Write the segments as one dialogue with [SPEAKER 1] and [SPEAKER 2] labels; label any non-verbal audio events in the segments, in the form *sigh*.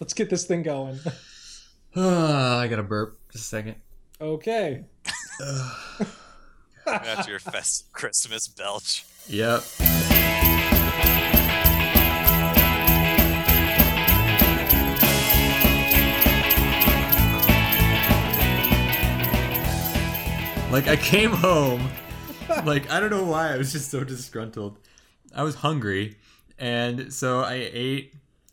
[SPEAKER 1] Let's get this thing going. *laughs*
[SPEAKER 2] *sighs* I got to burp. Just a second.
[SPEAKER 1] Okay.
[SPEAKER 3] That's your festive *laughs* Christmas belch.
[SPEAKER 2] Yep. Like I came *laughs* home, like I don't know why I was just so disgruntled. I was hungry, and so I ate.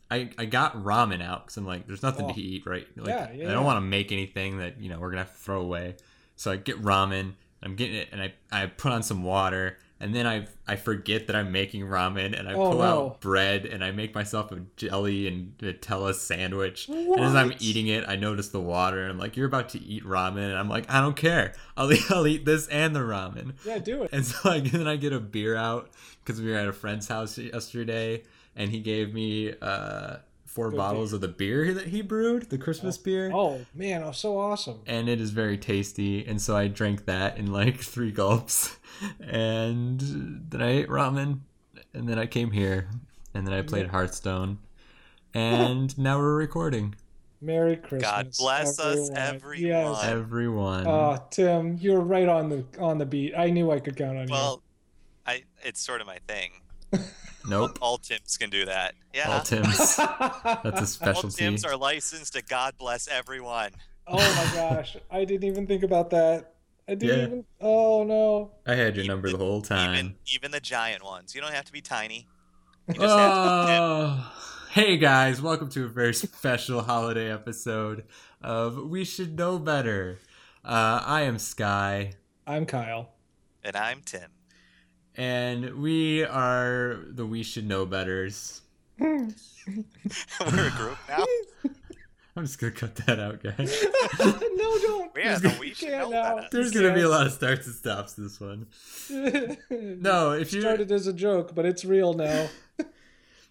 [SPEAKER 2] I, I got ramen out because I'm like, there's nothing
[SPEAKER 1] Oh.
[SPEAKER 2] to eat, right? Like,
[SPEAKER 1] Yeah, yeah,
[SPEAKER 2] I
[SPEAKER 1] yeah.
[SPEAKER 2] don't want to make anything that you know we're gonna have to throw away. So I get ramen. I'm getting it, and I, I put on some water, and then I I forget that I'm making ramen, and I
[SPEAKER 1] Oh,
[SPEAKER 2] pull
[SPEAKER 1] no.
[SPEAKER 2] out bread, and I make myself a jelly and Nutella sandwich. And as I'm
[SPEAKER 1] What?
[SPEAKER 2] eating it, I notice the water, and I'm like, "You're about to eat ramen," and I'm like, "I don't care. I'll eat, *laughs* I'll eat this and the ramen."
[SPEAKER 1] Yeah, do it.
[SPEAKER 2] And so I, then I get *laughs* a beer out because we were at a friend's house yesterday, and he gave me uh, four
[SPEAKER 1] Good
[SPEAKER 2] bottles of the beer that he brewed, the Christmas beer
[SPEAKER 1] Oh man, oh so awesome.
[SPEAKER 2] and it is very tasty. And so I drank that in like *laughs* three gulps, and then I ate ramen, and then I came here, and then I played Hearthstone,
[SPEAKER 3] *laughs*
[SPEAKER 2] and now we're recording.
[SPEAKER 1] Merry Christmas.
[SPEAKER 3] bless us, everyone.
[SPEAKER 1] Yes.
[SPEAKER 2] Everyone,
[SPEAKER 3] Uh,
[SPEAKER 1] Oh, Tim, you were right on the on the beat. I knew I could count on *laughs*
[SPEAKER 3] Well, I it's sort of my thing.
[SPEAKER 2] nope,
[SPEAKER 3] All Tims can do that. Yeah.
[SPEAKER 2] all
[SPEAKER 3] *laughs*
[SPEAKER 2] Tim's.
[SPEAKER 1] you.
[SPEAKER 2] That's a
[SPEAKER 3] All
[SPEAKER 2] specialty.
[SPEAKER 3] Tims are licensed to God bless everyone.
[SPEAKER 1] oh my gosh, I didn't even think about that. I didn't
[SPEAKER 2] Yeah.
[SPEAKER 1] even. Oh no.
[SPEAKER 2] I had your number the whole
[SPEAKER 3] Even
[SPEAKER 2] time.
[SPEAKER 3] even the giant ones. You don't have to be tiny. You just have to be
[SPEAKER 2] Oh, hey guys, welcome to a very special holiday episode of We Should Know Better. Uh, I am Sky.
[SPEAKER 1] I'm Kyle. *laughs*
[SPEAKER 3] Tim. And I'm Tim. *laughs*
[SPEAKER 2] and we are the we should know betters.
[SPEAKER 3] We're a group
[SPEAKER 2] *laughs*
[SPEAKER 3] now.
[SPEAKER 2] I'm just gonna cut that out, guys. *laughs*
[SPEAKER 1] no, don't.
[SPEAKER 3] We are the we should know better.
[SPEAKER 2] There's gonna be
[SPEAKER 1] *laughs*
[SPEAKER 2] a lot of starts and stops this one.
[SPEAKER 1] no,
[SPEAKER 2] No, if you
[SPEAKER 1] started as a joke, but it's real now.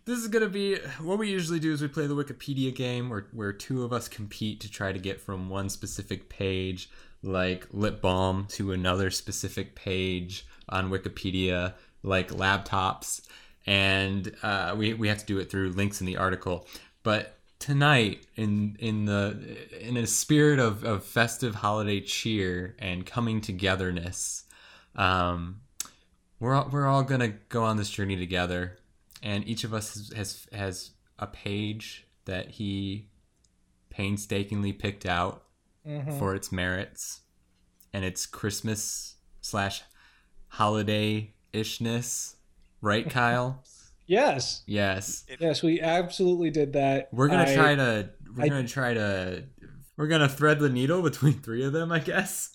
[SPEAKER 2] this is gonna be what we usually do is we play the Wikipedia game where where two of us compete to try to get from one specific page, like lip balm, to another specific page on Wikipedia, like laptops, and uh, we we have to do it through links in the article, but. Tonight, in in the in a spirit of, of festive holiday cheer and coming togetherness, um, we're all, we're all gonna go on this journey together, and each of us has has, has a page that he painstakingly picked out
[SPEAKER 1] Mhm.
[SPEAKER 2] for its merits, and its Christmas slash holiday ishness,
[SPEAKER 1] *laughs*
[SPEAKER 2] right, Kyle?
[SPEAKER 1] Yes.
[SPEAKER 2] yes,
[SPEAKER 1] Yes, we absolutely did that.
[SPEAKER 2] we're gonna
[SPEAKER 1] I-
[SPEAKER 2] try to we're
[SPEAKER 1] I-
[SPEAKER 2] gonna try to we're gonna thread the needle between three of them,
[SPEAKER 1] *laughs*
[SPEAKER 2] I guess,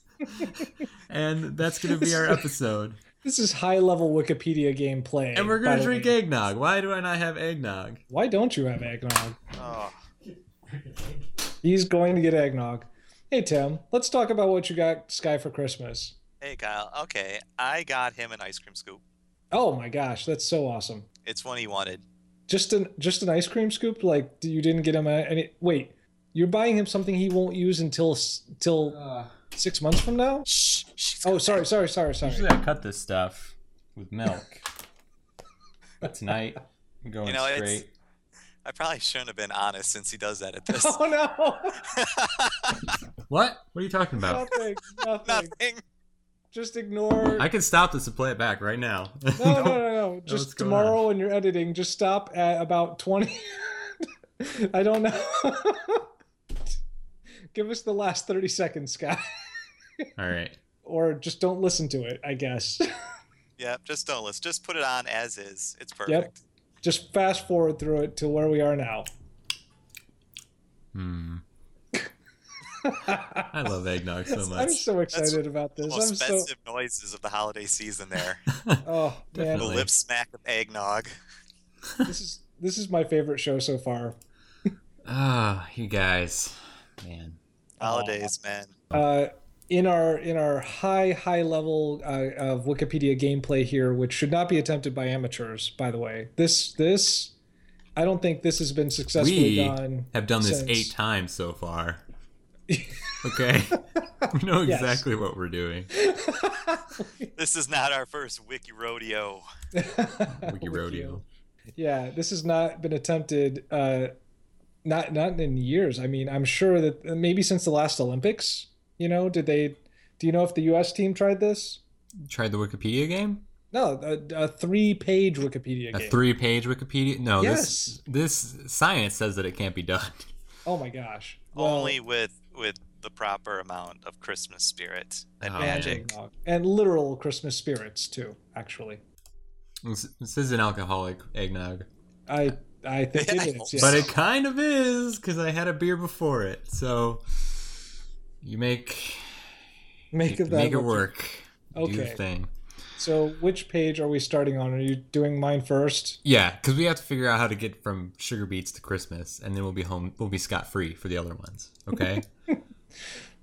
[SPEAKER 2] and that's gonna be our episode.
[SPEAKER 1] This is high level Wikipedia gameplay.
[SPEAKER 2] And we're
[SPEAKER 1] by
[SPEAKER 2] gonna
[SPEAKER 1] the
[SPEAKER 2] drink
[SPEAKER 1] way.
[SPEAKER 2] eggnog. Why do I not have eggnog?
[SPEAKER 1] Why don't you have eggnog?
[SPEAKER 3] Oh,
[SPEAKER 1] He's going to get eggnog. Hey Tim, let's talk about what you got Sky for Christmas.
[SPEAKER 3] hey Kyle. Okay, I got him an ice cream scoop.
[SPEAKER 1] Oh my gosh, that's so awesome.
[SPEAKER 3] It's one he wanted.
[SPEAKER 1] Just an just an ice cream scoop? Like you didn't get him a, any? Wait, you're buying him something he won't use until s- till
[SPEAKER 2] Uh.
[SPEAKER 1] six months from now?
[SPEAKER 3] Shh. shh it's
[SPEAKER 1] Oh,
[SPEAKER 3] got-
[SPEAKER 1] sorry, sorry, sorry, sorry.
[SPEAKER 2] Usually I cut this stuff with milk, but tonight I'm going
[SPEAKER 3] You know, it's-
[SPEAKER 2] straight.
[SPEAKER 3] I probably shouldn't have been honest since he does that
[SPEAKER 1] *laughs*
[SPEAKER 3] at
[SPEAKER 1] *laughs*
[SPEAKER 3] this. *laughs*
[SPEAKER 1] Oh no!
[SPEAKER 2] What? What are you talking about? *laughs*
[SPEAKER 1] nothing, nothing.
[SPEAKER 3] Nothing.
[SPEAKER 1] Just ignore.
[SPEAKER 2] I can stop this and play it back right now. *laughs*
[SPEAKER 1] No, no, no, no.
[SPEAKER 2] what's
[SPEAKER 1] Just
[SPEAKER 2] going
[SPEAKER 1] tomorrow when you're editing, just stop at about 20. *laughs* I don't know. *laughs* Give us the last 30 seconds, Scott.
[SPEAKER 2] All right.
[SPEAKER 1] Or just don't listen to it, I guess. *laughs*
[SPEAKER 3] Yep, just don't list. Just put it on as is. It's perfect.
[SPEAKER 1] Just fast forward through it to where we are
[SPEAKER 2] *laughs*
[SPEAKER 1] now.
[SPEAKER 2] Hmm. I love eggnog so
[SPEAKER 1] I'm
[SPEAKER 2] much.
[SPEAKER 1] so excited about
[SPEAKER 3] The
[SPEAKER 1] this.
[SPEAKER 3] most
[SPEAKER 1] I'm so.
[SPEAKER 3] festive noises of the holiday season there.
[SPEAKER 1] Oh, man.
[SPEAKER 3] the
[SPEAKER 2] Really?
[SPEAKER 3] lip smack of eggnog.
[SPEAKER 1] This is. This is my favorite show so far.
[SPEAKER 2] Ah, you guys, man.
[SPEAKER 3] Holidays, man.
[SPEAKER 1] uh, in our in our high high level uh, of Wikipedia gameplay here, which should not be attempted by amateurs, by the way. This this I don't think this has been successfully
[SPEAKER 2] We- *laughs*
[SPEAKER 1] done. *laughs*
[SPEAKER 2] Have done this
[SPEAKER 1] Since-
[SPEAKER 2] eight times
[SPEAKER 1] *laughs*
[SPEAKER 2] so far. Okay. we know
[SPEAKER 1] Yes.
[SPEAKER 2] exactly what we're doing.
[SPEAKER 3] This is not our first wiki rodeo.
[SPEAKER 2] Wiki
[SPEAKER 1] With
[SPEAKER 2] rodeo.
[SPEAKER 1] you. Yeah, this has not been attempted uh, not not in years. I mean, I'm sure that uh, maybe since the last Olympics, you know, did they? Do you know if the U.S. team tried this?
[SPEAKER 2] Tried the Wikipedia game?
[SPEAKER 1] No, a, a three-page Wikipedia
[SPEAKER 2] A
[SPEAKER 1] game.
[SPEAKER 2] three-page Wikipedia? No,
[SPEAKER 1] Yes.
[SPEAKER 2] this this science says that it can't be done. *laughs*
[SPEAKER 1] oh my gosh!
[SPEAKER 3] Only with with the proper amount of Christmas spirit and
[SPEAKER 2] Oh,
[SPEAKER 3] magic.
[SPEAKER 1] Well, and literal Christmas spirits too. Actually,
[SPEAKER 2] This, this is an alcoholic eggnog,
[SPEAKER 1] I I think
[SPEAKER 3] Yeah, I
[SPEAKER 1] it
[SPEAKER 3] hope
[SPEAKER 1] is. Yes.
[SPEAKER 2] *laughs* but it kind of is because I had a beer before it. So you make
[SPEAKER 1] *laughs* make
[SPEAKER 2] you
[SPEAKER 1] of that
[SPEAKER 2] make it
[SPEAKER 1] what you-
[SPEAKER 2] work. Do your
[SPEAKER 1] Okay.
[SPEAKER 2] thing.
[SPEAKER 1] So, which page are we starting on? Are you doing mine first?
[SPEAKER 2] Yeah, because we have to figure out how to get from sugar beets to Christmas, and then we'll be home. We'll be scot free for the other ones.
[SPEAKER 1] *laughs*
[SPEAKER 2] Okay.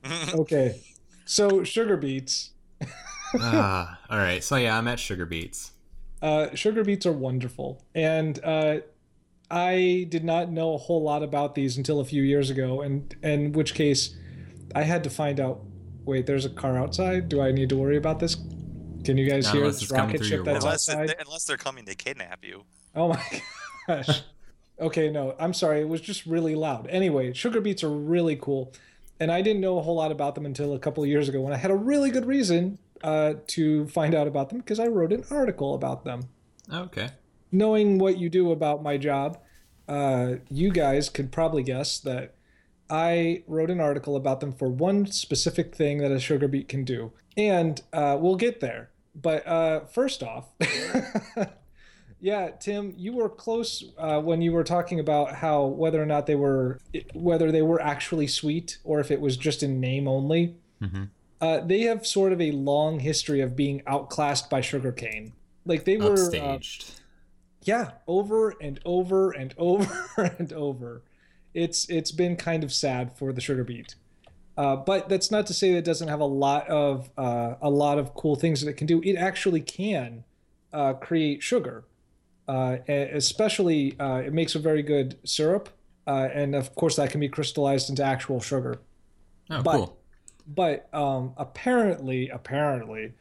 [SPEAKER 3] *laughs*
[SPEAKER 1] Okay. So, sugar beets.
[SPEAKER 2] ah, all right. So yeah, I'm at sugar beets.
[SPEAKER 1] Uh, sugar beets are wonderful, and uh, I did not know a whole lot about these until a few years ago, and in which case, I had to find out. Wait, there's a car outside. Do I need to worry about this? Can you guys
[SPEAKER 2] Not
[SPEAKER 1] hear
[SPEAKER 2] unless
[SPEAKER 1] this
[SPEAKER 2] it's coming
[SPEAKER 1] rocket
[SPEAKER 2] through
[SPEAKER 1] ship
[SPEAKER 2] your
[SPEAKER 1] that's
[SPEAKER 2] wall.
[SPEAKER 3] Unless,
[SPEAKER 1] outside?
[SPEAKER 3] it, unless they're coming to kidnap you.
[SPEAKER 1] Oh my *laughs* gosh. okay, no, I'm sorry. It was just really loud. Anyway, sugar beets are really cool. And I didn't know a whole lot about them until a couple of years ago when I had a really good reason uh, to find out about them because I wrote an article about them.
[SPEAKER 2] Okay.
[SPEAKER 1] Knowing what you do about my job, uh, you guys could probably guess that I wrote an article about them for one specific thing that a sugar beet can do. And uh, we'll get there. But uh, first off, *laughs* yeah, Tim, you were close uh, when you were talking about how whether or not they were whether they were actually sweet or if it was just in name only.
[SPEAKER 2] Mhm.
[SPEAKER 1] Uh, they have sort of a long history of being outclassed by sugarcane. Like they were, uh,
[SPEAKER 2] Upstaged.
[SPEAKER 1] yeah, over and over and *laughs* over and over. It's it's been kind of sad for the sugar beet. Uh, but that's not to say that it doesn't have a lot of uh, a lot of cool things that it can do. It actually can uh, create sugar, uh, e- especially uh, it makes a very good syrup, uh, and of course that can be crystallized into actual sugar
[SPEAKER 2] oh,
[SPEAKER 1] but-
[SPEAKER 2] cool.
[SPEAKER 1] but um, apparently, apparently,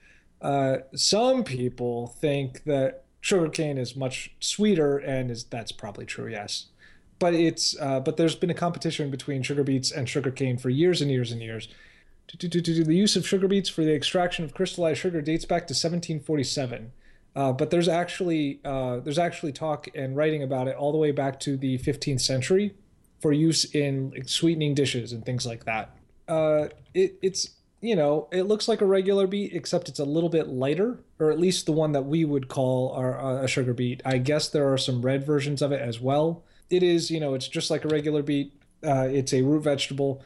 [SPEAKER 1] uh, some people think that sugarcane is much sweeter, and is that's probably true. Yes, but it's uh, but there's been a competition between sugar beets and sugarcane for years and years and years. Du-du-du-du-du. The use of sugar beets for the extraction of crystallized sugar dates back to 1747. Uh, but there's actually uh, there's actually talk and writing about it all the way back to the 15th century for use in like, sweetening dishes and things like that uh, it, it's you know it looks like a regular beet except it's a little bit lighter or at least the one that we would call our, uh, a sugar beet i guess there are some red versions of it as well it is you know it's just like a regular beet uh, it's a root vegetable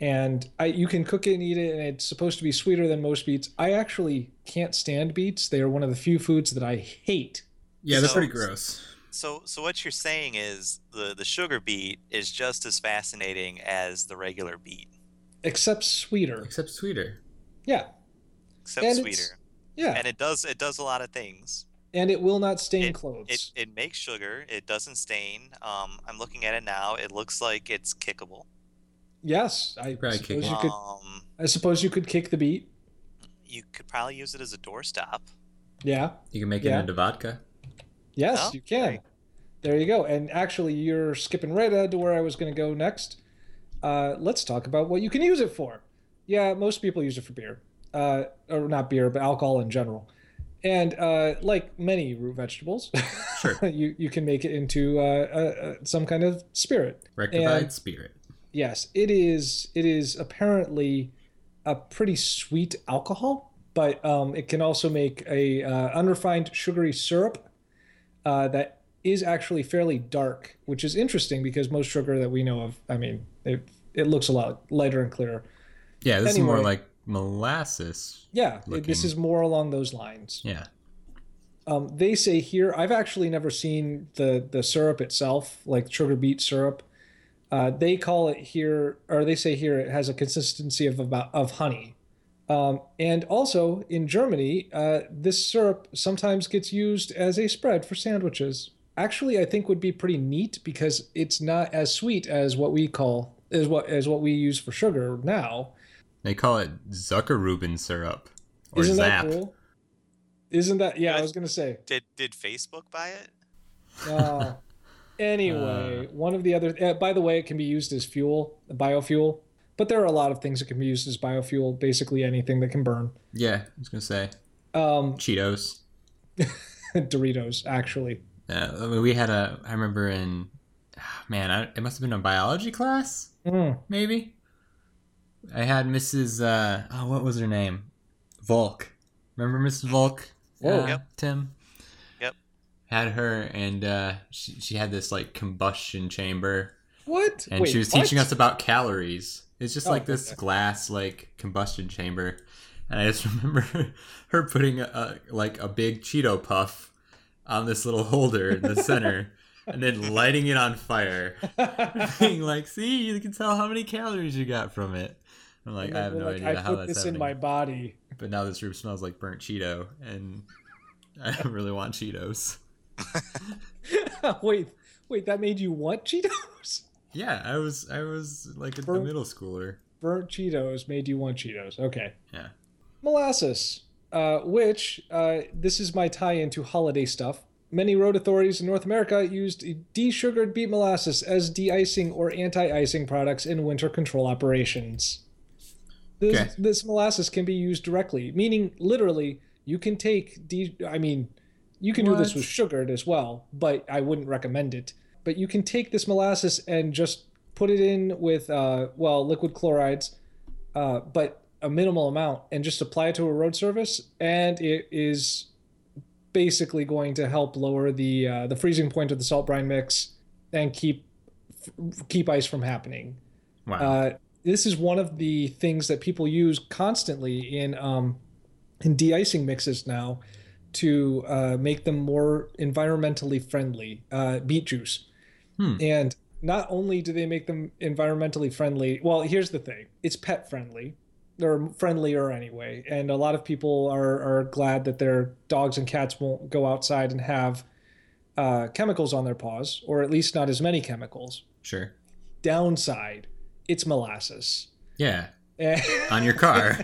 [SPEAKER 1] and I, you can cook it and eat it and it's supposed to be sweeter than most beets i actually can't stand beets they are one of the few foods that i hate
[SPEAKER 2] Yeah, they're
[SPEAKER 3] So-
[SPEAKER 2] pretty gross.
[SPEAKER 3] So, so what you're saying is the the sugar beet is just as fascinating as the regular beet,
[SPEAKER 1] except sweeter
[SPEAKER 2] Except sweeter.
[SPEAKER 1] yeah
[SPEAKER 3] except
[SPEAKER 1] And it's-
[SPEAKER 3] sweeter.
[SPEAKER 1] yeah
[SPEAKER 3] And it does it does a lot of things.
[SPEAKER 1] and it will not stain clothes
[SPEAKER 3] It it makes sugar. It doesn't stain. Um, I'm looking at it now. It looks like it's kickable.
[SPEAKER 1] yes i
[SPEAKER 2] Probably
[SPEAKER 1] suppose
[SPEAKER 2] kick it.
[SPEAKER 1] you could
[SPEAKER 3] um,
[SPEAKER 1] i suppose you could kick the beet
[SPEAKER 3] you could probably use it as a doorstop.
[SPEAKER 1] Yeah.
[SPEAKER 2] You can make
[SPEAKER 1] Yeah.
[SPEAKER 2] it into vodka.
[SPEAKER 1] Yes,
[SPEAKER 3] Oh,
[SPEAKER 1] you can.
[SPEAKER 3] okay.
[SPEAKER 1] There you go. And actually, you're skipping right ahead to where I was going to go next. Uh, let's talk about what you can use it for. Yeah, most people use it for beer, uh, or not beer, but alcohol in general. And uh, like many root vegetables,
[SPEAKER 2] Sure.
[SPEAKER 1] *laughs* you you can make it into uh, uh, uh, some kind of spirit.
[SPEAKER 2] Rectified
[SPEAKER 1] And-
[SPEAKER 2] spirit.
[SPEAKER 1] Yes, it is. It is apparently a pretty sweet alcohol, but um, it can also make a uh, unrefined sugary syrup uh, that is actually fairly dark, which is interesting because most sugar that we know of, I mean, it it looks a lot lighter and clearer.
[SPEAKER 2] Yeah, this is more
[SPEAKER 1] Anyway.
[SPEAKER 2] like molasses.
[SPEAKER 1] Yeah, it- this
[SPEAKER 2] Looking-
[SPEAKER 1] is more along those lines.
[SPEAKER 2] Yeah.
[SPEAKER 1] Um, they say here, I've actually never seen the the syrup itself, like sugar beet syrup. Uh, they call it here, or they say here, it has a consistency of about of honey. Um, and also in Germany, uh, this syrup sometimes gets used as a spread for sandwiches. Actually, I think would be pretty neat because it's not as sweet as what we call as what as what we use for sugar now.
[SPEAKER 2] They call it Zuckerruben syrup or
[SPEAKER 1] Isn't
[SPEAKER 2] Zap.
[SPEAKER 1] that cool? Isn't that yeah? I
[SPEAKER 3] Yes.
[SPEAKER 1] was gonna say.
[SPEAKER 3] Did did Facebook buy it?
[SPEAKER 1] No. Oh. Anyway, one of the other. Uh, by the way, it can be used as fuel, biofuel. But there are a lot of things that can be used as biofuel. Basically, anything that can burn.
[SPEAKER 2] Yeah, I was gonna say
[SPEAKER 1] Um, *laughs*
[SPEAKER 2] Cheetos.
[SPEAKER 1] Doritos, actually.
[SPEAKER 2] Uh, I mean, we had a. I remember in, ah, man, I, it must have been a biology class,
[SPEAKER 1] Mm.
[SPEAKER 2] maybe. I had Mrs. Uh, oh, what was her name? Volk. Remember Mrs. Volk?
[SPEAKER 1] Whoa.
[SPEAKER 2] Uh,
[SPEAKER 3] Oh, Yep.
[SPEAKER 2] Tim.
[SPEAKER 3] Yep.
[SPEAKER 2] Had her, and uh, she she had this like combustion chamber
[SPEAKER 1] What?
[SPEAKER 2] and she was teaching us about calories. It's just
[SPEAKER 1] Oh,
[SPEAKER 2] like this
[SPEAKER 1] okay.
[SPEAKER 2] glass like combustion chamber, and I just *laughs* remember her putting a, a like a big Cheeto puff on this little holder
[SPEAKER 1] *laughs*
[SPEAKER 2] in the center, and then lighting it on fire, *laughs*
[SPEAKER 1] us. *laughs*
[SPEAKER 2] being like, "See, you can tell how many calories you got from it." I'm like, I have no idea
[SPEAKER 1] I
[SPEAKER 2] how
[SPEAKER 1] put
[SPEAKER 2] that's
[SPEAKER 1] this
[SPEAKER 2] happening.
[SPEAKER 1] in my body.
[SPEAKER 2] But now this room smells like burnt Cheeto, and *laughs* I don't really want Cheetos.
[SPEAKER 1] *laughs* wait, wait, that made you want Cheetos?
[SPEAKER 2] Yeah, I was I was like a, a
[SPEAKER 1] Burnt-
[SPEAKER 2] middle schooler.
[SPEAKER 1] Burnt Cheetos made you want Cheetos. Okay.
[SPEAKER 2] Yeah.
[SPEAKER 1] Molasses, uh, which uh, this is my tie into holiday stuff. Many road authorities in North America used desugared beet molasses as de-icing or anti-icing products in winter control operations. This,
[SPEAKER 2] Okay.
[SPEAKER 1] this molasses can be used directly, meaning literally you can take de- I mean, you can do this
[SPEAKER 2] What?
[SPEAKER 1] with sugared as well, but I wouldn't recommend it. But you can take this molasses and just put it in with uh, well liquid chlorides, uh, but a minimal amount, and just apply it to a road surface, and it is basically going to help lower the uh, the freezing point of the salt brine mix and keep f- keep ice from happening.
[SPEAKER 2] Wow.
[SPEAKER 1] Uh, this is one of the things that people use constantly in um, in de-icing mixes now to uh, make them more environmentally friendly. Uh, beet juice,
[SPEAKER 2] Hmm.
[SPEAKER 1] and not only do they make them environmentally friendly. Well, here's the thing: it's pet friendly. Or friendlier anyway, and a lot of people are are glad that their dogs and cats won't go outside and have uh, chemicals on their paws, or at least not as many chemicals
[SPEAKER 2] sure.
[SPEAKER 1] downside, it's molasses. *laughs*
[SPEAKER 2] Yeah.
[SPEAKER 1] Eh,
[SPEAKER 2] On
[SPEAKER 1] *laughs*
[SPEAKER 2] your car.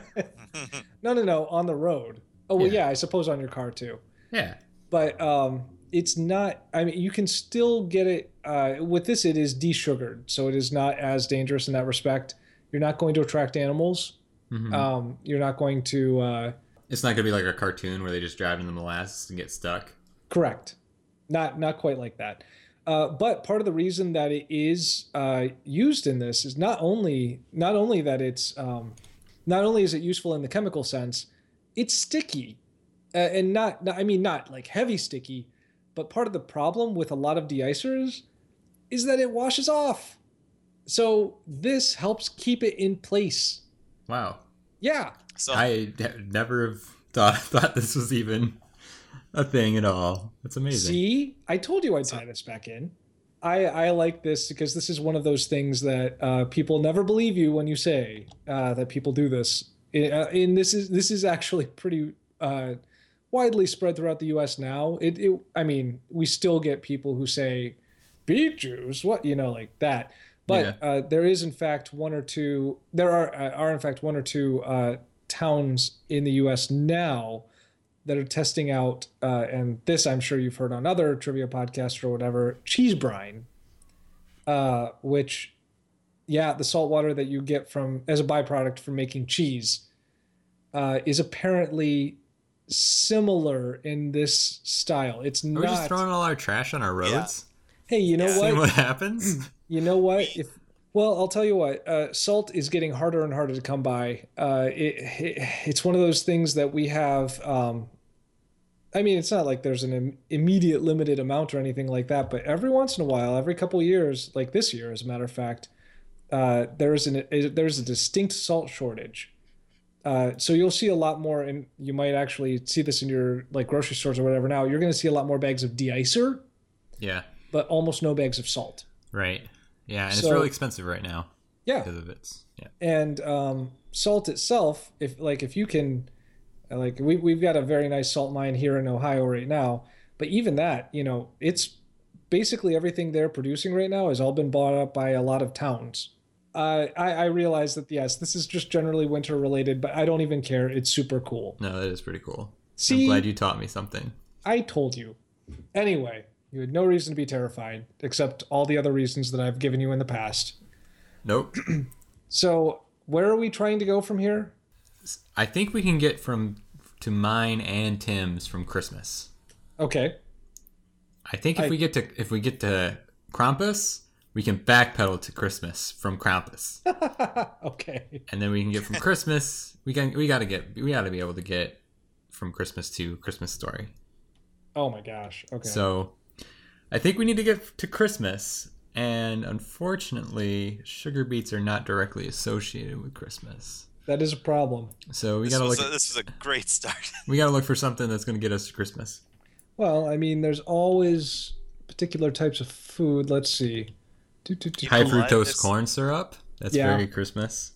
[SPEAKER 1] no, no, no, on the road. Oh, well,
[SPEAKER 2] Yeah.
[SPEAKER 1] yeah, I suppose on your car too.
[SPEAKER 2] yeah.
[SPEAKER 1] But um, it's not, I mean, you can still get it. Uh, with this, it is desugared, so it is not as dangerous in that respect. You're not going to attract animals.
[SPEAKER 2] Mhm.
[SPEAKER 1] Um, you're not going to, uh,
[SPEAKER 2] It's not gonna be like a cartoon where they just drive in the molasses and get stuck.
[SPEAKER 1] Correct. Not not quite like that. Uh, but part of the reason that it is uh, used in this is not only not only that it's um, not only is it useful in the chemical sense, it's sticky, uh, and not, not I mean not like heavy sticky, but part of the problem with a lot of deicers is that it washes off. So this helps keep it in place.
[SPEAKER 2] Wow,
[SPEAKER 1] Yeah,
[SPEAKER 3] *laughs* So
[SPEAKER 2] I d- never have thought *laughs* thought this was even a thing at all. That's amazing.
[SPEAKER 1] See, I told you I'd tie this back in. I, I like this because this is one of those things that uh, people never believe you when you say uh, that people do this. I- uh, and this is this is actually pretty uh, widely spread throughout the U.S. now. It, it I mean, we still get people who say beet juice, what you know, like that. But uh, there is in fact one or two. There are uh, are in fact one or two uh, towns in the U.S. now that are testing out, uh, and this I'm sure you've heard on other trivia podcasts or whatever, cheese brine, uh, which, yeah, the salt water that you get from as a byproduct from making cheese uh, is apparently similar in this style. It's
[SPEAKER 2] Are
[SPEAKER 1] not.
[SPEAKER 2] we just throwing all our trash on our
[SPEAKER 3] Yeah.
[SPEAKER 2] roads?
[SPEAKER 1] hey, you know
[SPEAKER 3] Yeah.
[SPEAKER 2] See
[SPEAKER 1] what? *clears throat*
[SPEAKER 2] what happens?
[SPEAKER 1] You know what? If well, I'll tell you what. Uh, salt is getting harder and harder to come by. Uh, it, it it's one of those things that we have. Um, I mean, it's not like there's an Im- immediate limited amount or anything like that, but every once in a while, every couple years, like this year, as a matter of fact, uh, there is an there is a distinct salt shortage. Uh, so you'll see a lot more, and you might actually see this in your like grocery stores or whatever. Now you're going to see a lot more bags of deicer,
[SPEAKER 2] yeah.
[SPEAKER 1] but almost no bags of salt.
[SPEAKER 2] Right. Yeah, and it's
[SPEAKER 1] So-
[SPEAKER 2] really expensive right now.
[SPEAKER 1] Yeah.
[SPEAKER 2] Because of its yeah.
[SPEAKER 1] and um, salt itself if like if you can like we, we've got a very nice salt mine here in ohio right now but even that you know it's basically everything they're producing right now has all been bought up by a lot of towns uh, I, I realize that yes this is just generally winter related but i don't even care it's super cool
[SPEAKER 2] No, that is pretty cool.
[SPEAKER 1] see
[SPEAKER 2] I'm glad you taught me something.
[SPEAKER 1] i told you anyway You had no reason to be terrified, except all the other reasons that I've given you in the past.
[SPEAKER 2] Nope. *clears throat*
[SPEAKER 1] So, where are we trying to go from here?
[SPEAKER 2] I think we can get from to mine and Tim's from Christmas.
[SPEAKER 1] Okay. *laughs*
[SPEAKER 2] I think if
[SPEAKER 1] I-
[SPEAKER 2] we get to if we get to Krampus, we can backpedal to Christmas from
[SPEAKER 1] *laughs*
[SPEAKER 2] Krampus,
[SPEAKER 1] okay.
[SPEAKER 2] and then we can get from Christmas. We can we gotta get we gotta be able to get from Christmas to Christmas Story.
[SPEAKER 1] Oh my gosh. Okay.
[SPEAKER 2] So I think we need to get to Christmas. And unfortunately, sugar beets are not directly associated with Christmas.
[SPEAKER 1] that is a problem.
[SPEAKER 2] So we
[SPEAKER 3] This
[SPEAKER 2] gotta
[SPEAKER 3] was,
[SPEAKER 2] look.
[SPEAKER 3] a, this was a great start. *laughs*
[SPEAKER 2] we gotta look for something that's gonna get us to Christmas.
[SPEAKER 1] Well, I mean, there's always particular types of food. Let's see. Do, do, do,
[SPEAKER 3] You
[SPEAKER 2] High
[SPEAKER 3] know what?
[SPEAKER 2] fructose
[SPEAKER 3] This-
[SPEAKER 2] corn syrup. That's
[SPEAKER 1] Yeah.
[SPEAKER 2] very Christmas.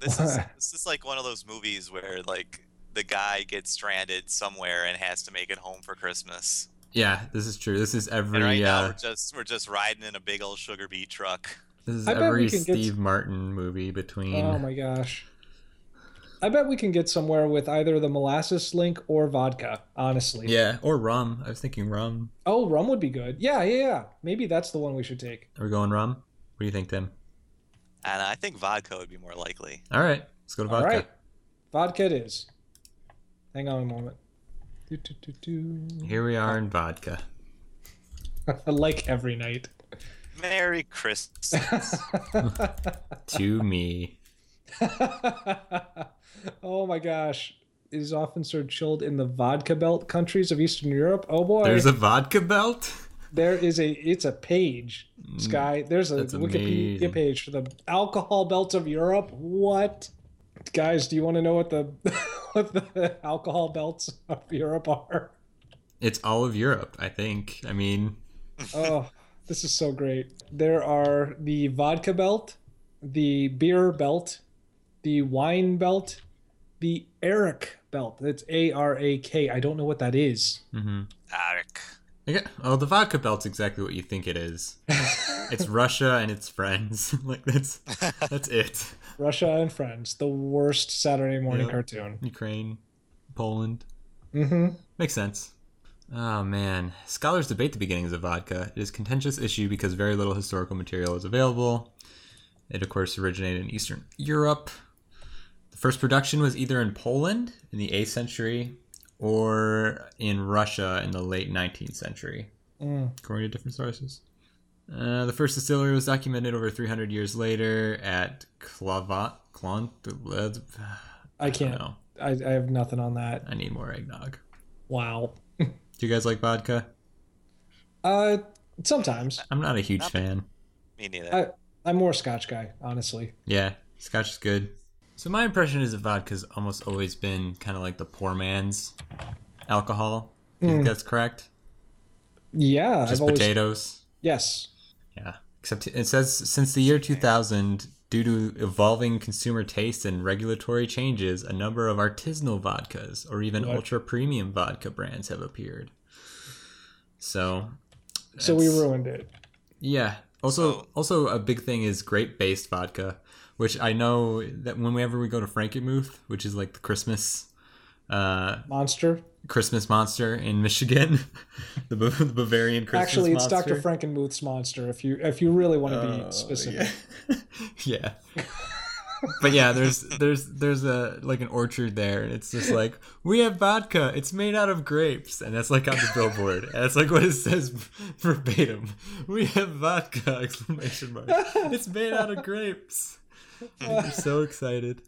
[SPEAKER 3] This
[SPEAKER 2] *laughs*
[SPEAKER 3] is this is like one of those movies where like the guy gets stranded somewhere and has to make it home for Christmas.
[SPEAKER 2] Yeah, this is true. This is every.
[SPEAKER 3] And right now
[SPEAKER 2] uh,
[SPEAKER 3] we're just we're just riding in a big old sugar beet truck.
[SPEAKER 2] This is
[SPEAKER 1] I bet we
[SPEAKER 2] every
[SPEAKER 1] can get-
[SPEAKER 2] Steve Martin movie between.
[SPEAKER 1] Oh my gosh. I bet we can get somewhere with either the molasses link or vodka, honestly.
[SPEAKER 2] Yeah, or rum. I was thinking rum.
[SPEAKER 1] Oh, rum would be good. Yeah, yeah, yeah. Maybe that's the one we should take.
[SPEAKER 2] Are we going rum? What do you think, Tim?
[SPEAKER 3] And I think vodka would be more likely.
[SPEAKER 2] All right, let's go to
[SPEAKER 1] All
[SPEAKER 2] vodka.
[SPEAKER 1] right. Vodka it is. Hang on a moment. Do, do, do, do.
[SPEAKER 2] Here we are in vodka.
[SPEAKER 1] *laughs* like every night. *laughs*
[SPEAKER 3] Merry Christmas.
[SPEAKER 1] *laughs*
[SPEAKER 2] To me.
[SPEAKER 1] oh my gosh. It is often served chilled in the vodka belt countries of Eastern Europe. Oh boy.
[SPEAKER 2] There's a vodka belt?
[SPEAKER 1] there is a it's a page sky there's a
[SPEAKER 2] Mm, that's
[SPEAKER 1] wikipedia
[SPEAKER 2] amazing.
[SPEAKER 1] page for the alcohol belt of europe what guys do you want to know what the *laughs* what the alcohol belts of europe are
[SPEAKER 2] It's all of Europe, I think. I mean,
[SPEAKER 1] oh this is so great there are the vodka belt the beer belt the wine belt the eric belt it's a-r-a-k i don't know what that
[SPEAKER 2] *laughs*
[SPEAKER 1] is
[SPEAKER 2] mm-hmm.
[SPEAKER 3] Arik.
[SPEAKER 2] okay. oh, the vodka belt's exactly what you think it is.
[SPEAKER 1] *laughs*
[SPEAKER 2] It's Russia and its friends. *laughs* like, that's that's it.
[SPEAKER 1] russia and friends the worst saturday morning
[SPEAKER 2] Yeah.
[SPEAKER 1] cartoon
[SPEAKER 2] Ukraine, Poland.
[SPEAKER 1] mm-hmm
[SPEAKER 2] Makes sense. Oh man. Scholars debate the beginnings of vodka. It is a contentious issue because very little historical material is available. It of course originated in Eastern Europe. The first production was either in Poland in the 8th century or in Russia in the late 19th century,
[SPEAKER 1] Mm.
[SPEAKER 2] according to different sources. Uh, the first distillery was documented over 300 years later at Klavat. Klont, *sighs*
[SPEAKER 1] I can't.
[SPEAKER 2] know.
[SPEAKER 1] I, I have nothing on that.
[SPEAKER 2] I need more eggnog.
[SPEAKER 1] Wow.
[SPEAKER 2] Do you guys like vodka?
[SPEAKER 1] Uh, sometimes
[SPEAKER 2] I'm not a huge
[SPEAKER 3] Not
[SPEAKER 2] fan.
[SPEAKER 3] Me neither.
[SPEAKER 1] I- I'm more Scotch guy, honestly.
[SPEAKER 2] Yeah, scotch is good. So my impression is that vodka's almost always been kind of like the poor man's alcohol. Do you think that's correct?
[SPEAKER 1] Yeah,
[SPEAKER 2] Just
[SPEAKER 1] Hmm. I've always
[SPEAKER 2] potatoes.
[SPEAKER 1] yes.
[SPEAKER 2] Yeah. Except it says since the year 2000, due to evolving consumer taste and regulatory changes, a number of artisanal vodkas or even
[SPEAKER 1] What?
[SPEAKER 2] ultra premium vodka brands have appeared. So,
[SPEAKER 1] So we
[SPEAKER 2] that's-
[SPEAKER 1] ruined it.
[SPEAKER 2] Yeah. Also,
[SPEAKER 3] So-
[SPEAKER 2] also a big thing is grape-based vodka, which I know that whenever we go to Frankenmuth, which is like the Christmas, uh,
[SPEAKER 1] Monster.
[SPEAKER 2] Christmas monster in Michigan, *laughs* the, Ba- the Bavarian Christmas
[SPEAKER 1] Actually, it's
[SPEAKER 2] monster.
[SPEAKER 1] Dr. Frankenmuth's monster. If you if you really want to be
[SPEAKER 2] Oh,
[SPEAKER 1] specific.
[SPEAKER 2] Yeah. *laughs* yeah. but yeah, there's there's there's a like an orchard there, and it's just like we have vodka. It's made out of grapes, and that's like on the billboard, and it's like what it says verbatim. We have vodka! *laughs* Exclamation mark. It's made out of grapes. I'm so excited.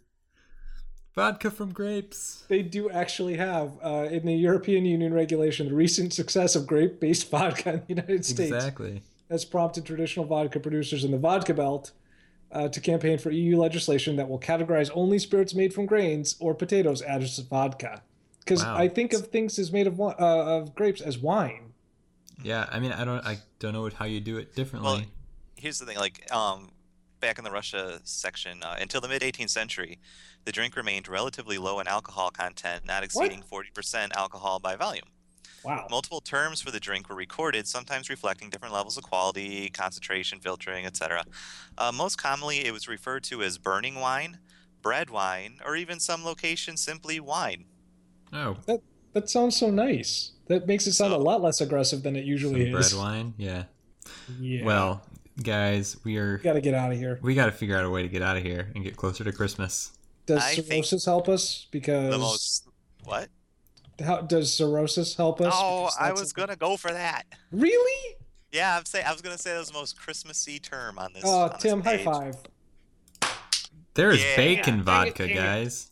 [SPEAKER 2] Vodka from grapes.
[SPEAKER 1] They do actually have uh, in the European Union regulation the recent success of grape-based *laughs* vodka in the United States
[SPEAKER 2] Exactly.
[SPEAKER 1] has prompted traditional vodka producers in the vodka belt uh, to campaign for EU legislation that will categorize only spirits made from grains or potatoes as vodka. Because
[SPEAKER 2] Wow.
[SPEAKER 1] I think of things as made of wi- uh, of grapes as wine.
[SPEAKER 2] Yeah. I mean, I don't I don't know how you do it differently.
[SPEAKER 3] Well, here's the thing like um back in the russia section uh, until the mid 18th century the drink remained relatively low in alcohol content not exceeding 40% alcohol by volume
[SPEAKER 1] Wow.
[SPEAKER 3] multiple terms for the drink were recorded sometimes reflecting different levels of quality concentration filtering etc uh, most commonly it was referred to as burning wine bread wine or even some locations simply wine
[SPEAKER 2] oh,
[SPEAKER 1] That sounds so nice. That makes it sound
[SPEAKER 3] So-
[SPEAKER 1] a lot less aggressive than it usually
[SPEAKER 2] Some bread
[SPEAKER 1] is.
[SPEAKER 2] wine. Yeah.
[SPEAKER 1] Yeah.
[SPEAKER 2] Well, guys, we are
[SPEAKER 1] got to get out of here.
[SPEAKER 2] we got to figure out a way to get out of here and get closer to Christmas.
[SPEAKER 1] Does
[SPEAKER 3] I think
[SPEAKER 1] cirrhosis help us? Because
[SPEAKER 3] The most. What?
[SPEAKER 1] how, does cirrhosis help us?
[SPEAKER 3] Oh,
[SPEAKER 1] Because
[SPEAKER 3] I
[SPEAKER 1] that's
[SPEAKER 3] was
[SPEAKER 1] a-
[SPEAKER 3] gonna go for that.
[SPEAKER 1] Really?
[SPEAKER 3] Yeah, I'm saying I was gonna say that was the most Christmassy term on this.
[SPEAKER 1] Oh,
[SPEAKER 3] on this
[SPEAKER 1] Tim, high
[SPEAKER 3] page.
[SPEAKER 1] five.
[SPEAKER 2] There is
[SPEAKER 3] Yeah.
[SPEAKER 2] bacon
[SPEAKER 1] Dang it,
[SPEAKER 2] vodka,
[SPEAKER 1] dang it.
[SPEAKER 2] guys.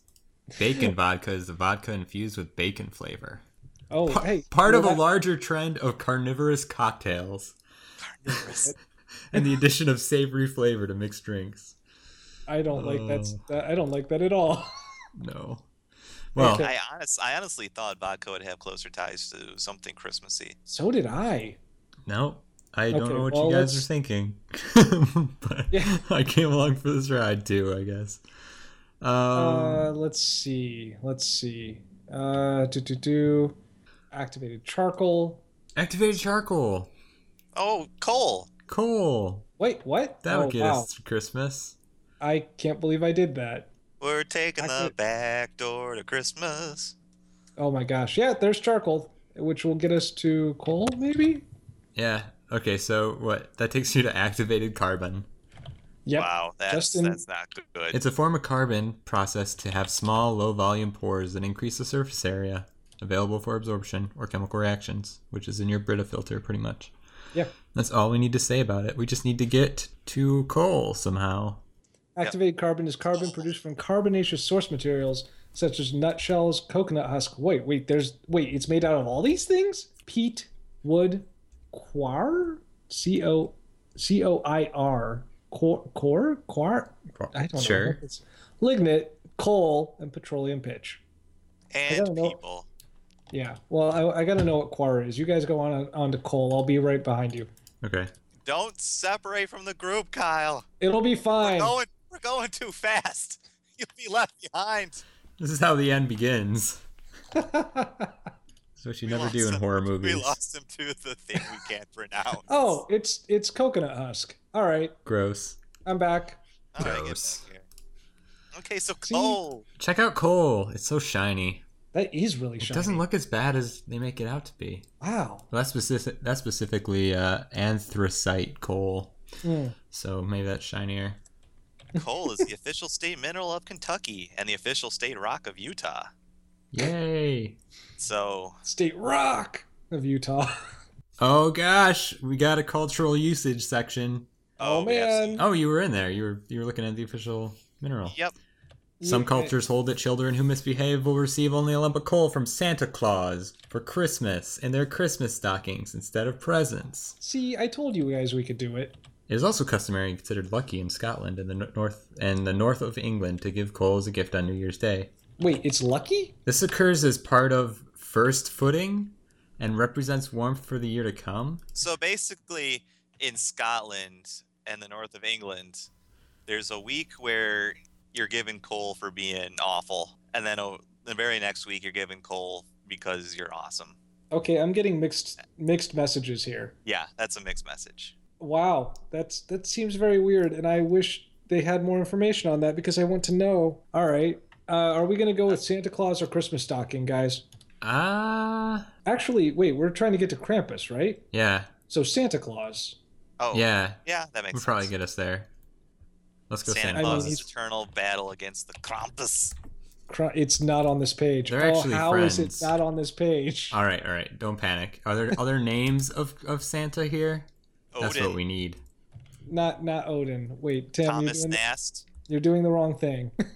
[SPEAKER 2] Bacon vodka is the vodka infused with bacon flavor.
[SPEAKER 1] Oh,
[SPEAKER 2] Pa-
[SPEAKER 1] hey.
[SPEAKER 2] part of a
[SPEAKER 1] well, that-
[SPEAKER 2] larger trend of carnivorous cocktails and the addition of savory flavor to mixed drinks.
[SPEAKER 1] I don't like that.
[SPEAKER 2] Oh.
[SPEAKER 1] that- I don't like that at all. *laughs*
[SPEAKER 2] No. Well,
[SPEAKER 1] Okay. *laughs*
[SPEAKER 3] I honest, I honestly thought vodka would have closer ties to something Christmassy.
[SPEAKER 1] So did I.
[SPEAKER 2] no. I don't
[SPEAKER 1] Okay,
[SPEAKER 2] know what
[SPEAKER 1] well,
[SPEAKER 2] you guys
[SPEAKER 1] let's-
[SPEAKER 2] are thinking. *laughs* but
[SPEAKER 1] Yeah.
[SPEAKER 2] I came along for this ride too, I guess. Um,
[SPEAKER 1] uh, let's see. Let's see. Uh, do do do. Activated charcoal.
[SPEAKER 2] activated charcoal.
[SPEAKER 3] Oh, coal.
[SPEAKER 2] Cool.
[SPEAKER 1] Wait, what?
[SPEAKER 2] That would
[SPEAKER 1] oh,
[SPEAKER 2] get
[SPEAKER 1] wow.
[SPEAKER 2] us to Christmas.
[SPEAKER 1] I can't believe I did that.
[SPEAKER 3] We're taking
[SPEAKER 1] I
[SPEAKER 3] the
[SPEAKER 1] could-
[SPEAKER 3] back door to Christmas.
[SPEAKER 1] Oh my gosh. Yeah, there's charcoal, which will get us to coal, maybe.
[SPEAKER 2] Yeah. Okay, so what? That takes you to activated carbon.
[SPEAKER 1] Yep.
[SPEAKER 3] Wow, that's
[SPEAKER 1] Justin-
[SPEAKER 3] that's not good.
[SPEAKER 2] It's a form of carbon processed to have small, low volume pores that increase the surface area available for absorption or chemical reactions, which is in your Brita filter pretty much.
[SPEAKER 1] Yeah.
[SPEAKER 2] That's all we need to say about it. We just need to get to coal somehow.
[SPEAKER 1] Activated carbon is carbon produced from carbonaceous source materials such as nutshells, coconut husk. Wait, wait, there's wait, it's made out of all these things? Peat, wood, coir, C O C O I R, cor cor coir. I don't know.
[SPEAKER 2] sure.
[SPEAKER 1] It's lignite, coal, and petroleum pitch.
[SPEAKER 3] and
[SPEAKER 1] don't know.
[SPEAKER 3] people.
[SPEAKER 1] Yeah. Well, I, I got to know what coir is. You guys go on on to coal. I'll be right behind you.
[SPEAKER 2] Okay.
[SPEAKER 3] Don't separate from the group, Kyle.
[SPEAKER 1] It'll be
[SPEAKER 3] We're
[SPEAKER 1] fine.
[SPEAKER 3] going we're going too fast. *laughs* You'll be left behind.
[SPEAKER 2] This is how the
[SPEAKER 1] *laughs*
[SPEAKER 2] end begins. That's what you
[SPEAKER 3] We
[SPEAKER 2] never
[SPEAKER 3] lost
[SPEAKER 2] do in
[SPEAKER 3] him.
[SPEAKER 2] horror
[SPEAKER 3] *laughs* We
[SPEAKER 2] movies.
[SPEAKER 3] lost him to the thing we can't pronounce.
[SPEAKER 1] *laughs* oh, it's it's coconut husk. All right.
[SPEAKER 2] Gross.
[SPEAKER 1] I'm back.
[SPEAKER 3] All right, get back
[SPEAKER 2] gross.
[SPEAKER 3] here. Okay, so
[SPEAKER 1] See?
[SPEAKER 3] coal.
[SPEAKER 2] Check out coal. It's so shiny.
[SPEAKER 1] That is really
[SPEAKER 2] It
[SPEAKER 1] shiny.
[SPEAKER 2] doesn't look as bad as they make it out to be.
[SPEAKER 1] Wow.
[SPEAKER 2] Well, that's specific. That's specifically uh, anthracite coal.
[SPEAKER 1] Mm.
[SPEAKER 2] So maybe that's shinier.
[SPEAKER 3] Coal is the official state mineral of Kentucky and the official state rock of Utah.
[SPEAKER 2] Yay!
[SPEAKER 3] So
[SPEAKER 1] State rock of Utah.
[SPEAKER 2] Oh gosh, we got a cultural usage section.
[SPEAKER 1] Oh,
[SPEAKER 3] we have
[SPEAKER 1] man.
[SPEAKER 3] some-
[SPEAKER 2] Oh, you were in there. You were you were looking at the official mineral.
[SPEAKER 3] Yep.
[SPEAKER 2] *laughs* Some
[SPEAKER 1] Yeah.
[SPEAKER 2] cultures hold that children who misbehave will receive only a lump of coal from Santa Claus for Christmas in their Christmas stockings instead of presents.
[SPEAKER 1] See, I told you guys we could do it.
[SPEAKER 2] It is also customary and considered lucky in Scotland and the no- north and the north of England to give coal as a gift on New Year's Day.
[SPEAKER 1] Wait, it's lucky?
[SPEAKER 2] This occurs as part of first footing and represents warmth for the year to come.
[SPEAKER 3] So basically, in Scotland and the north of England, there's a week where you're given coal for being awful, and then oh, the very next week you're given coal because you're awesome.
[SPEAKER 1] Okay, I'm getting mixed mixed messages here.
[SPEAKER 3] Yeah, that's a mixed message.
[SPEAKER 1] Wow, that's that seems very weird, and I wish they had more information on that because I want to know. All right, uh, are we gonna go with Santa Claus or Christmas stocking, guys?
[SPEAKER 2] Ah,
[SPEAKER 1] Actually, wait, we're trying to get to Krampus, right?
[SPEAKER 2] yeah,
[SPEAKER 1] So Santa Claus.
[SPEAKER 3] Oh,
[SPEAKER 2] yeah.
[SPEAKER 3] yeah, that makes
[SPEAKER 2] We'll probably
[SPEAKER 3] sense.
[SPEAKER 2] get us there. Let's go,
[SPEAKER 3] Santa
[SPEAKER 2] Santa,
[SPEAKER 1] mean,
[SPEAKER 3] Claus's
[SPEAKER 1] he's-
[SPEAKER 3] eternal battle against the Krampus.
[SPEAKER 1] Cra- It's not on this page.
[SPEAKER 2] They're
[SPEAKER 1] oh,
[SPEAKER 2] actually
[SPEAKER 1] how is
[SPEAKER 2] friends.
[SPEAKER 1] it not on this page?
[SPEAKER 2] All right, all right. Don't panic. Are there
[SPEAKER 3] *laughs*
[SPEAKER 2] other names of of Santa here?
[SPEAKER 3] Odin,
[SPEAKER 2] That's what we need.
[SPEAKER 1] Not not Odin. Wait, Tim,
[SPEAKER 3] Thomas
[SPEAKER 1] you're doing,
[SPEAKER 3] Nast.
[SPEAKER 1] you're doing the wrong thing. *laughs*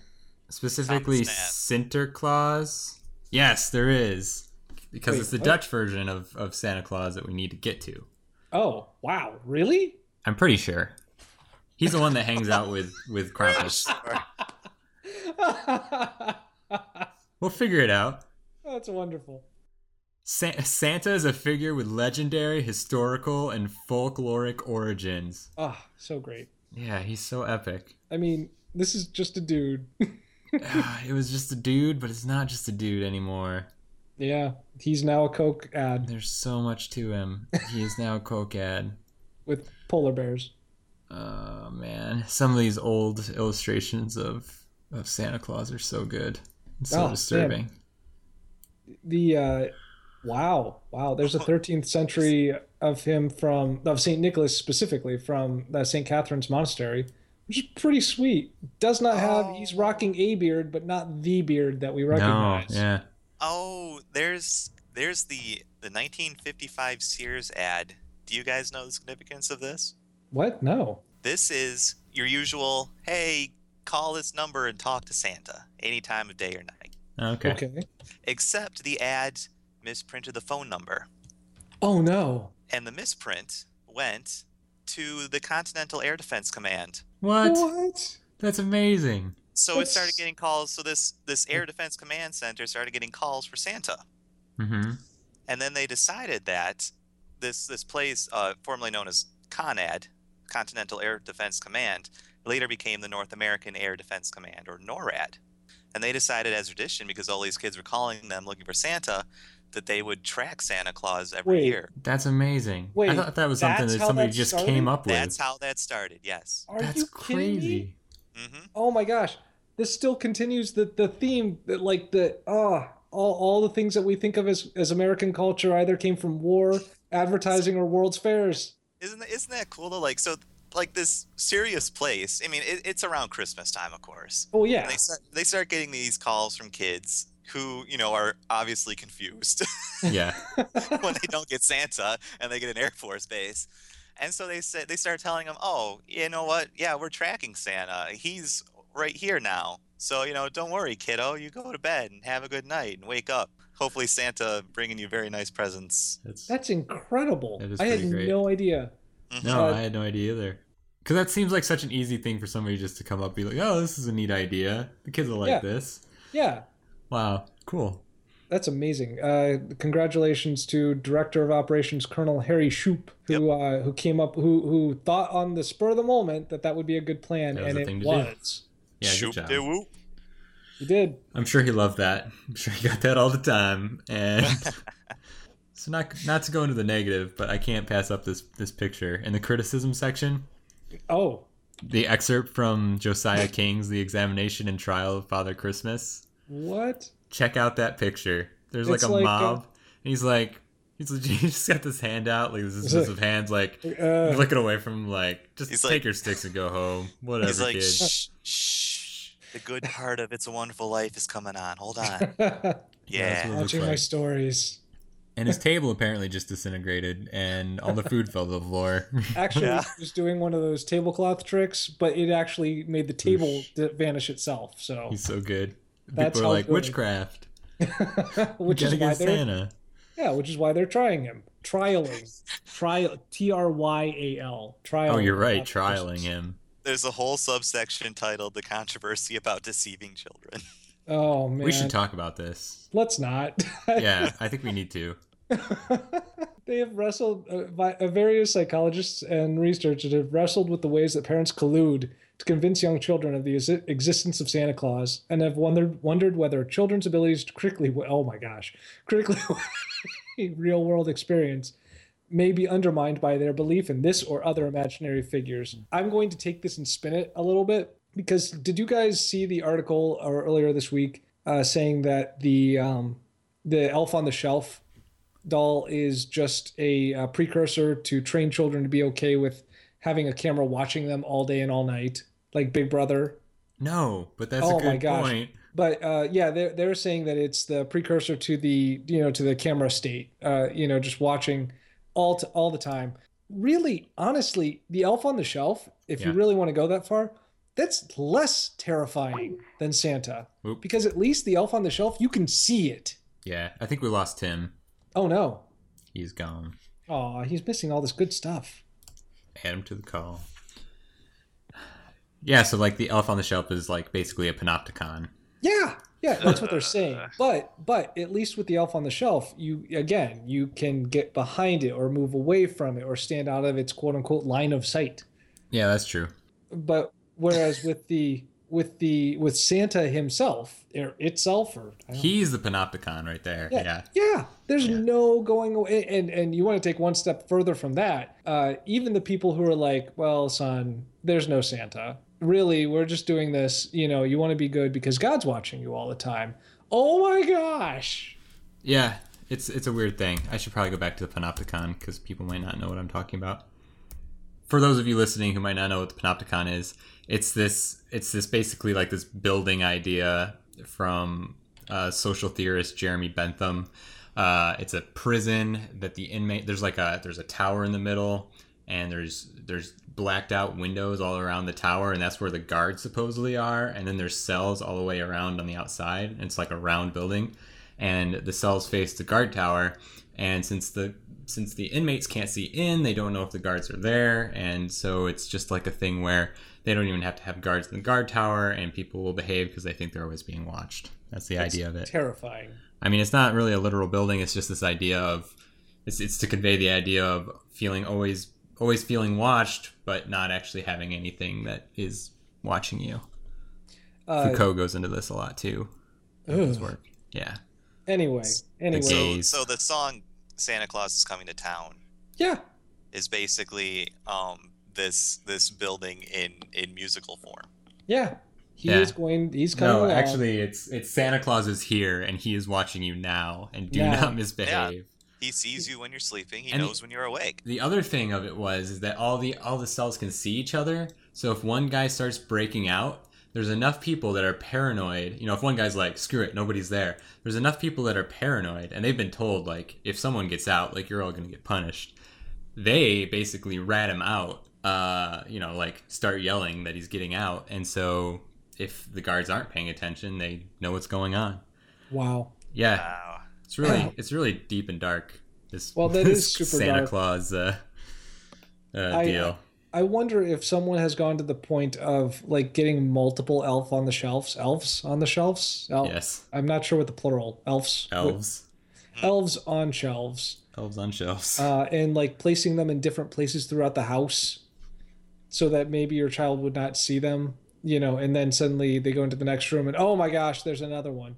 [SPEAKER 2] Specifically,
[SPEAKER 3] Thomas
[SPEAKER 2] Sinterklaas. Yes, there is, because
[SPEAKER 1] Wait,
[SPEAKER 2] it's the
[SPEAKER 1] what?
[SPEAKER 2] Dutch version of of Santa Claus that we need to get to.
[SPEAKER 1] Oh, wow, *laughs* really?
[SPEAKER 2] I'm pretty sure. He's the one that hangs out with with Krampus.
[SPEAKER 3] *laughs*
[SPEAKER 1] That's
[SPEAKER 2] We'll figure it out.
[SPEAKER 1] wonderful.
[SPEAKER 2] Sa- Santa is a figure with legendary, historical, and folkloric origins.
[SPEAKER 1] Ah, so great.
[SPEAKER 2] Yeah, he's
[SPEAKER 1] *laughs*
[SPEAKER 2] so epic.
[SPEAKER 1] I mean, this is just a dude. *laughs*
[SPEAKER 2] Ah, it was just a dude, but it's not just a dude anymore.
[SPEAKER 1] yeah, he's now a Coke ad
[SPEAKER 2] There's so much to him. He is now a coke ad.
[SPEAKER 1] with polar bears.
[SPEAKER 2] Oh man, some of these old illustrations of of Santa Claus are so good and so
[SPEAKER 1] Oh, man.
[SPEAKER 2] disturbing.
[SPEAKER 1] The uh, Wow, wow. There's a 13th century of him from of Saint Nicholas specifically from the Saint Catherine's monastery, which is pretty sweet. Does not have
[SPEAKER 3] Oh.
[SPEAKER 1] he's rocking a beard, but not the beard that we
[SPEAKER 2] No,
[SPEAKER 1] recognize.
[SPEAKER 2] yeah.
[SPEAKER 3] Oh, there's there's the the 1955 Sears ad. Do you guys know the significance of this?
[SPEAKER 1] What? No.
[SPEAKER 3] This is your usual, hey, call this number and talk to Santa any time of day or night.
[SPEAKER 2] Okay.
[SPEAKER 1] okay.
[SPEAKER 3] Except the ad misprinted the phone number.
[SPEAKER 1] Oh no.
[SPEAKER 3] and the misprint went to the Continental Air Defense Command.
[SPEAKER 2] What? That's amazing.
[SPEAKER 3] So it started
[SPEAKER 1] That's-
[SPEAKER 3] getting calls. So this this Air Defense Command Center started getting calls for Santa,
[SPEAKER 2] Mm-hmm.
[SPEAKER 3] and then they decided that this this place, uh, formerly known as CONAD, Continental Air Defense Command, later became the North American Air Defense Command or NORAD, and they decided as tradition because all these kids were calling them looking for Santa, that they would track Santa Claus every
[SPEAKER 1] Wait,
[SPEAKER 3] year.
[SPEAKER 2] That's amazing. I
[SPEAKER 1] Wait,
[SPEAKER 2] thought that was something
[SPEAKER 1] that's
[SPEAKER 2] that
[SPEAKER 1] how
[SPEAKER 2] somebody
[SPEAKER 1] that
[SPEAKER 2] just
[SPEAKER 1] started?
[SPEAKER 2] came up with.
[SPEAKER 3] That's how that started. Yes.
[SPEAKER 1] Are
[SPEAKER 2] That's
[SPEAKER 1] you kidding me?
[SPEAKER 2] crazy.
[SPEAKER 3] hmm
[SPEAKER 1] Oh my gosh. This still continues the the theme that like the ah all, all the things that we think of as, as American culture either came from war, advertising, or world's fairs.
[SPEAKER 3] Isn't that, isn't that cool though? Like so, like this serious place. I mean, it, it's around Christmas time, of course.
[SPEAKER 1] Oh
[SPEAKER 3] And
[SPEAKER 1] yeah.
[SPEAKER 3] They start they start getting these calls from kids who you know are obviously confused *laughs*
[SPEAKER 1] *laughs*
[SPEAKER 2] yeah.
[SPEAKER 3] when they don't get Santa and they get an Air Force base. And so they said they start telling them, "Oh, you know what? Yeah, we're tracking Santa. He's right here now. So you know, don't worry, kiddo. You go to bed and have a good night and wake up. Hopefully, Santa bringing you very nice presents."
[SPEAKER 2] That's,
[SPEAKER 1] That's incredible.
[SPEAKER 2] That is
[SPEAKER 1] I had
[SPEAKER 2] pretty great.
[SPEAKER 1] no idea.
[SPEAKER 2] no,
[SPEAKER 1] uh,
[SPEAKER 2] I had no idea either. Because that seems like such an easy thing for somebody just to come up and be like, oh, this is a neat idea. The kids will like
[SPEAKER 1] Yeah.
[SPEAKER 2] this.
[SPEAKER 1] Yeah,
[SPEAKER 2] Wow. Cool.
[SPEAKER 1] that's amazing. Uh, congratulations to Director of Operations Colonel Harry Shoup, who uh, who came up who who thought on the spur of the moment that that would be a good plan,
[SPEAKER 2] That was
[SPEAKER 1] and
[SPEAKER 2] the
[SPEAKER 1] it
[SPEAKER 2] thing to do.
[SPEAKER 1] was.
[SPEAKER 2] Yeah,
[SPEAKER 3] Shoop
[SPEAKER 2] good
[SPEAKER 3] de
[SPEAKER 2] job.
[SPEAKER 3] whoop.
[SPEAKER 1] He did.
[SPEAKER 2] I'm sure he loved that. I'm sure he got that all the time. And *laughs* so not not to go into the negative, but I can't pass up this this picture. In the criticism section,
[SPEAKER 1] Oh,
[SPEAKER 2] the excerpt from Josiah King's The Examination and Trial of Father Christmas.
[SPEAKER 1] what?
[SPEAKER 2] Check out that picture. There's like
[SPEAKER 1] It's
[SPEAKER 2] a
[SPEAKER 1] like, uh,
[SPEAKER 2] mob. and he's like *laughs* he's legit, he's just got this hand
[SPEAKER 1] *laughs*
[SPEAKER 2] out, like this
[SPEAKER 1] It's like-
[SPEAKER 2] dismissive hands like
[SPEAKER 1] Uh, *laughs*
[SPEAKER 2] looking away from him, like just
[SPEAKER 3] He's
[SPEAKER 2] take
[SPEAKER 3] like-
[SPEAKER 2] your sticks and go home.
[SPEAKER 3] *laughs*
[SPEAKER 2] Whatever
[SPEAKER 3] He's like,
[SPEAKER 2] kid.
[SPEAKER 3] shh, shh. The good part of It's a Wonderful Life is coming on.
[SPEAKER 2] *laughs*
[SPEAKER 3] Hold on.
[SPEAKER 2] that's
[SPEAKER 3] Yeah.
[SPEAKER 2] what-
[SPEAKER 1] watching my
[SPEAKER 2] like- *laughs*
[SPEAKER 1] stories.
[SPEAKER 2] and his table apparently just disintegrated and all
[SPEAKER 1] *laughs*
[SPEAKER 2] the food fell to the floor. *laughs*
[SPEAKER 1] Actually,
[SPEAKER 3] Yeah.
[SPEAKER 1] he was doing one of those tablecloth tricks, but it actually made the table
[SPEAKER 2] Oosh.
[SPEAKER 1] d- vanish itself. So,
[SPEAKER 2] He's so good.
[SPEAKER 1] That's
[SPEAKER 2] People
[SPEAKER 1] how
[SPEAKER 2] are like
[SPEAKER 1] good.
[SPEAKER 2] witchcraft. We
[SPEAKER 1] *laughs* which
[SPEAKER 2] gotta
[SPEAKER 1] is why
[SPEAKER 2] get
[SPEAKER 1] they're
[SPEAKER 2] Santa.
[SPEAKER 1] Yeah, which is why they're trying him. Trialing. Trial T R Y A L. Trial.
[SPEAKER 2] Oh, you're right. Trialing him.
[SPEAKER 3] There's a whole subsection titled The Controversy About Deceiving Children.
[SPEAKER 1] Oh man.
[SPEAKER 2] We should talk about this.
[SPEAKER 1] Let's not. *laughs*
[SPEAKER 2] Yeah, I think we need to.
[SPEAKER 1] *laughs* they have wrestled uh, by, uh, various psychologists and researchers have wrestled with the ways that parents collude to convince young children of the exi- existence of Santa Claus and have wondered wondered whether children's abilities to critically we- oh my gosh critically weigh *laughs* real world experience may be undermined by their belief in this or other imaginary figures. I'm going to take this and spin it a little bit because did you guys see the article uh, earlier this week uh, saying that the um, the Elf on the Shelf doll is just a, uh precursor to train children to be okay with having a camera watching them all day and all night, like Big Brother.
[SPEAKER 2] No, but
[SPEAKER 1] *laughs*
[SPEAKER 2] that's
[SPEAKER 1] Oh
[SPEAKER 2] a good
[SPEAKER 1] my gosh.
[SPEAKER 2] point.
[SPEAKER 1] But uh, yeah, they're they're saying that it's the precursor to the you know to the camera state, uh, you know, just watching all to, all the time. Really, honestly, the Elf on the Shelf, if you
[SPEAKER 2] Yeah.
[SPEAKER 1] really want to go that far, that's less terrifying than Santa
[SPEAKER 2] Oop.
[SPEAKER 1] because at least the Elf on the Shelf you can see it.
[SPEAKER 2] Yeah, I think we lost Tim.
[SPEAKER 1] Oh no,
[SPEAKER 2] He's gone.
[SPEAKER 1] oh he's missing all this good stuff.
[SPEAKER 2] Add him to the call. Yeah, so like the elf on the shelf is like basically a panopticon.
[SPEAKER 1] Yeah, yeah, that's what they're saying. But but at least with the elf on the shelf, you again you can get behind it or move away from it or stand out of its quote unquote line of sight.
[SPEAKER 2] Yeah, that's true.
[SPEAKER 1] But whereas with the with the with Santa himself or itself or I don't-
[SPEAKER 2] He's the panopticon right there. Yeah.
[SPEAKER 1] yeah, yeah, there's
[SPEAKER 2] Yeah.
[SPEAKER 1] no going away. And and you want to take one step further from that. Uh, even the people who are like, well, son, there's no Santa. Really, we're just doing this. You know, you want to be good because God's watching you all the time. Oh my gosh.
[SPEAKER 2] Yeah. It's it's a weird thing. I should probably go back to the Panopticon because people might not know what I'm talking about. For those of you listening who might not know what the Panopticon is, it's this it's this basically like this building idea from uh, social theorist Jeremy Bentham. Uh, it's a prison that the inmate there's like a there's a tower in the middle and there's there's blacked out windows all around the tower and that's where the guards supposedly are and then there's cells all the way around on the outside and it's like a round building and the cells face the guard tower and since the since the inmates can't see in they don't know if the guards are there and so it's just like a thing where they don't even have to have guards in the guard tower and people will behave because they think they're always being watched that's the
[SPEAKER 1] That's
[SPEAKER 2] idea of it
[SPEAKER 1] Terrifying.
[SPEAKER 2] I mean, it's not really a literal building. It's just this idea of it's, it's to convey the idea of feeling always always feeling watched, but not actually having anything that is watching you.
[SPEAKER 1] Uh,
[SPEAKER 2] Foucault goes into this a lot too. in his
[SPEAKER 1] ugh.
[SPEAKER 2] work. Yeah.
[SPEAKER 1] anyway, anyway,
[SPEAKER 2] game.
[SPEAKER 3] So,
[SPEAKER 2] Days.
[SPEAKER 3] so the song Santa Claus is coming to town
[SPEAKER 1] yeah,
[SPEAKER 3] is basically um, this this building in in musical form.
[SPEAKER 1] yeah. He
[SPEAKER 2] Yeah.
[SPEAKER 1] is going. He's coming.
[SPEAKER 2] No,
[SPEAKER 1] along.
[SPEAKER 2] actually, it's it's Santa Claus is here and he is watching you now, and do
[SPEAKER 1] Now.
[SPEAKER 2] not misbehave.
[SPEAKER 3] He sees you when you're sleeping. He
[SPEAKER 2] And-
[SPEAKER 3] knows when you're awake.
[SPEAKER 2] the other thing of it was is that all the all the cells can see each other. So if one guy starts breaking out, there's enough people that are paranoid. You know, if one guy's like, "Screw it, nobody's there," there's enough people that are paranoid, and they've been told like, if someone gets out, like you're all gonna get punished. They basically rat him out. Uh, you know, like start yelling that he's getting out, and so if the guards aren't paying attention, they know what's going on.
[SPEAKER 1] wow.
[SPEAKER 2] Yeah,
[SPEAKER 3] Wow.
[SPEAKER 2] it's really it's really deep and dark. This
[SPEAKER 1] Well, that
[SPEAKER 2] *laughs* this
[SPEAKER 1] is super
[SPEAKER 2] Santa
[SPEAKER 1] dark.
[SPEAKER 2] Claus uh, uh,
[SPEAKER 1] I-
[SPEAKER 2] deal.
[SPEAKER 1] I wonder if someone has gone to the point of like getting multiple elf on the shelves, elves on the shelves. Elf.
[SPEAKER 2] yes,
[SPEAKER 1] I'm not sure what the plural elves.
[SPEAKER 2] elves,
[SPEAKER 1] Elves on shelves,
[SPEAKER 2] elves on shelves.
[SPEAKER 1] uh, and like placing them in different places throughout the house, so that maybe your child would not see them. You know, and then suddenly they go into the next room, and oh my gosh, there's another one.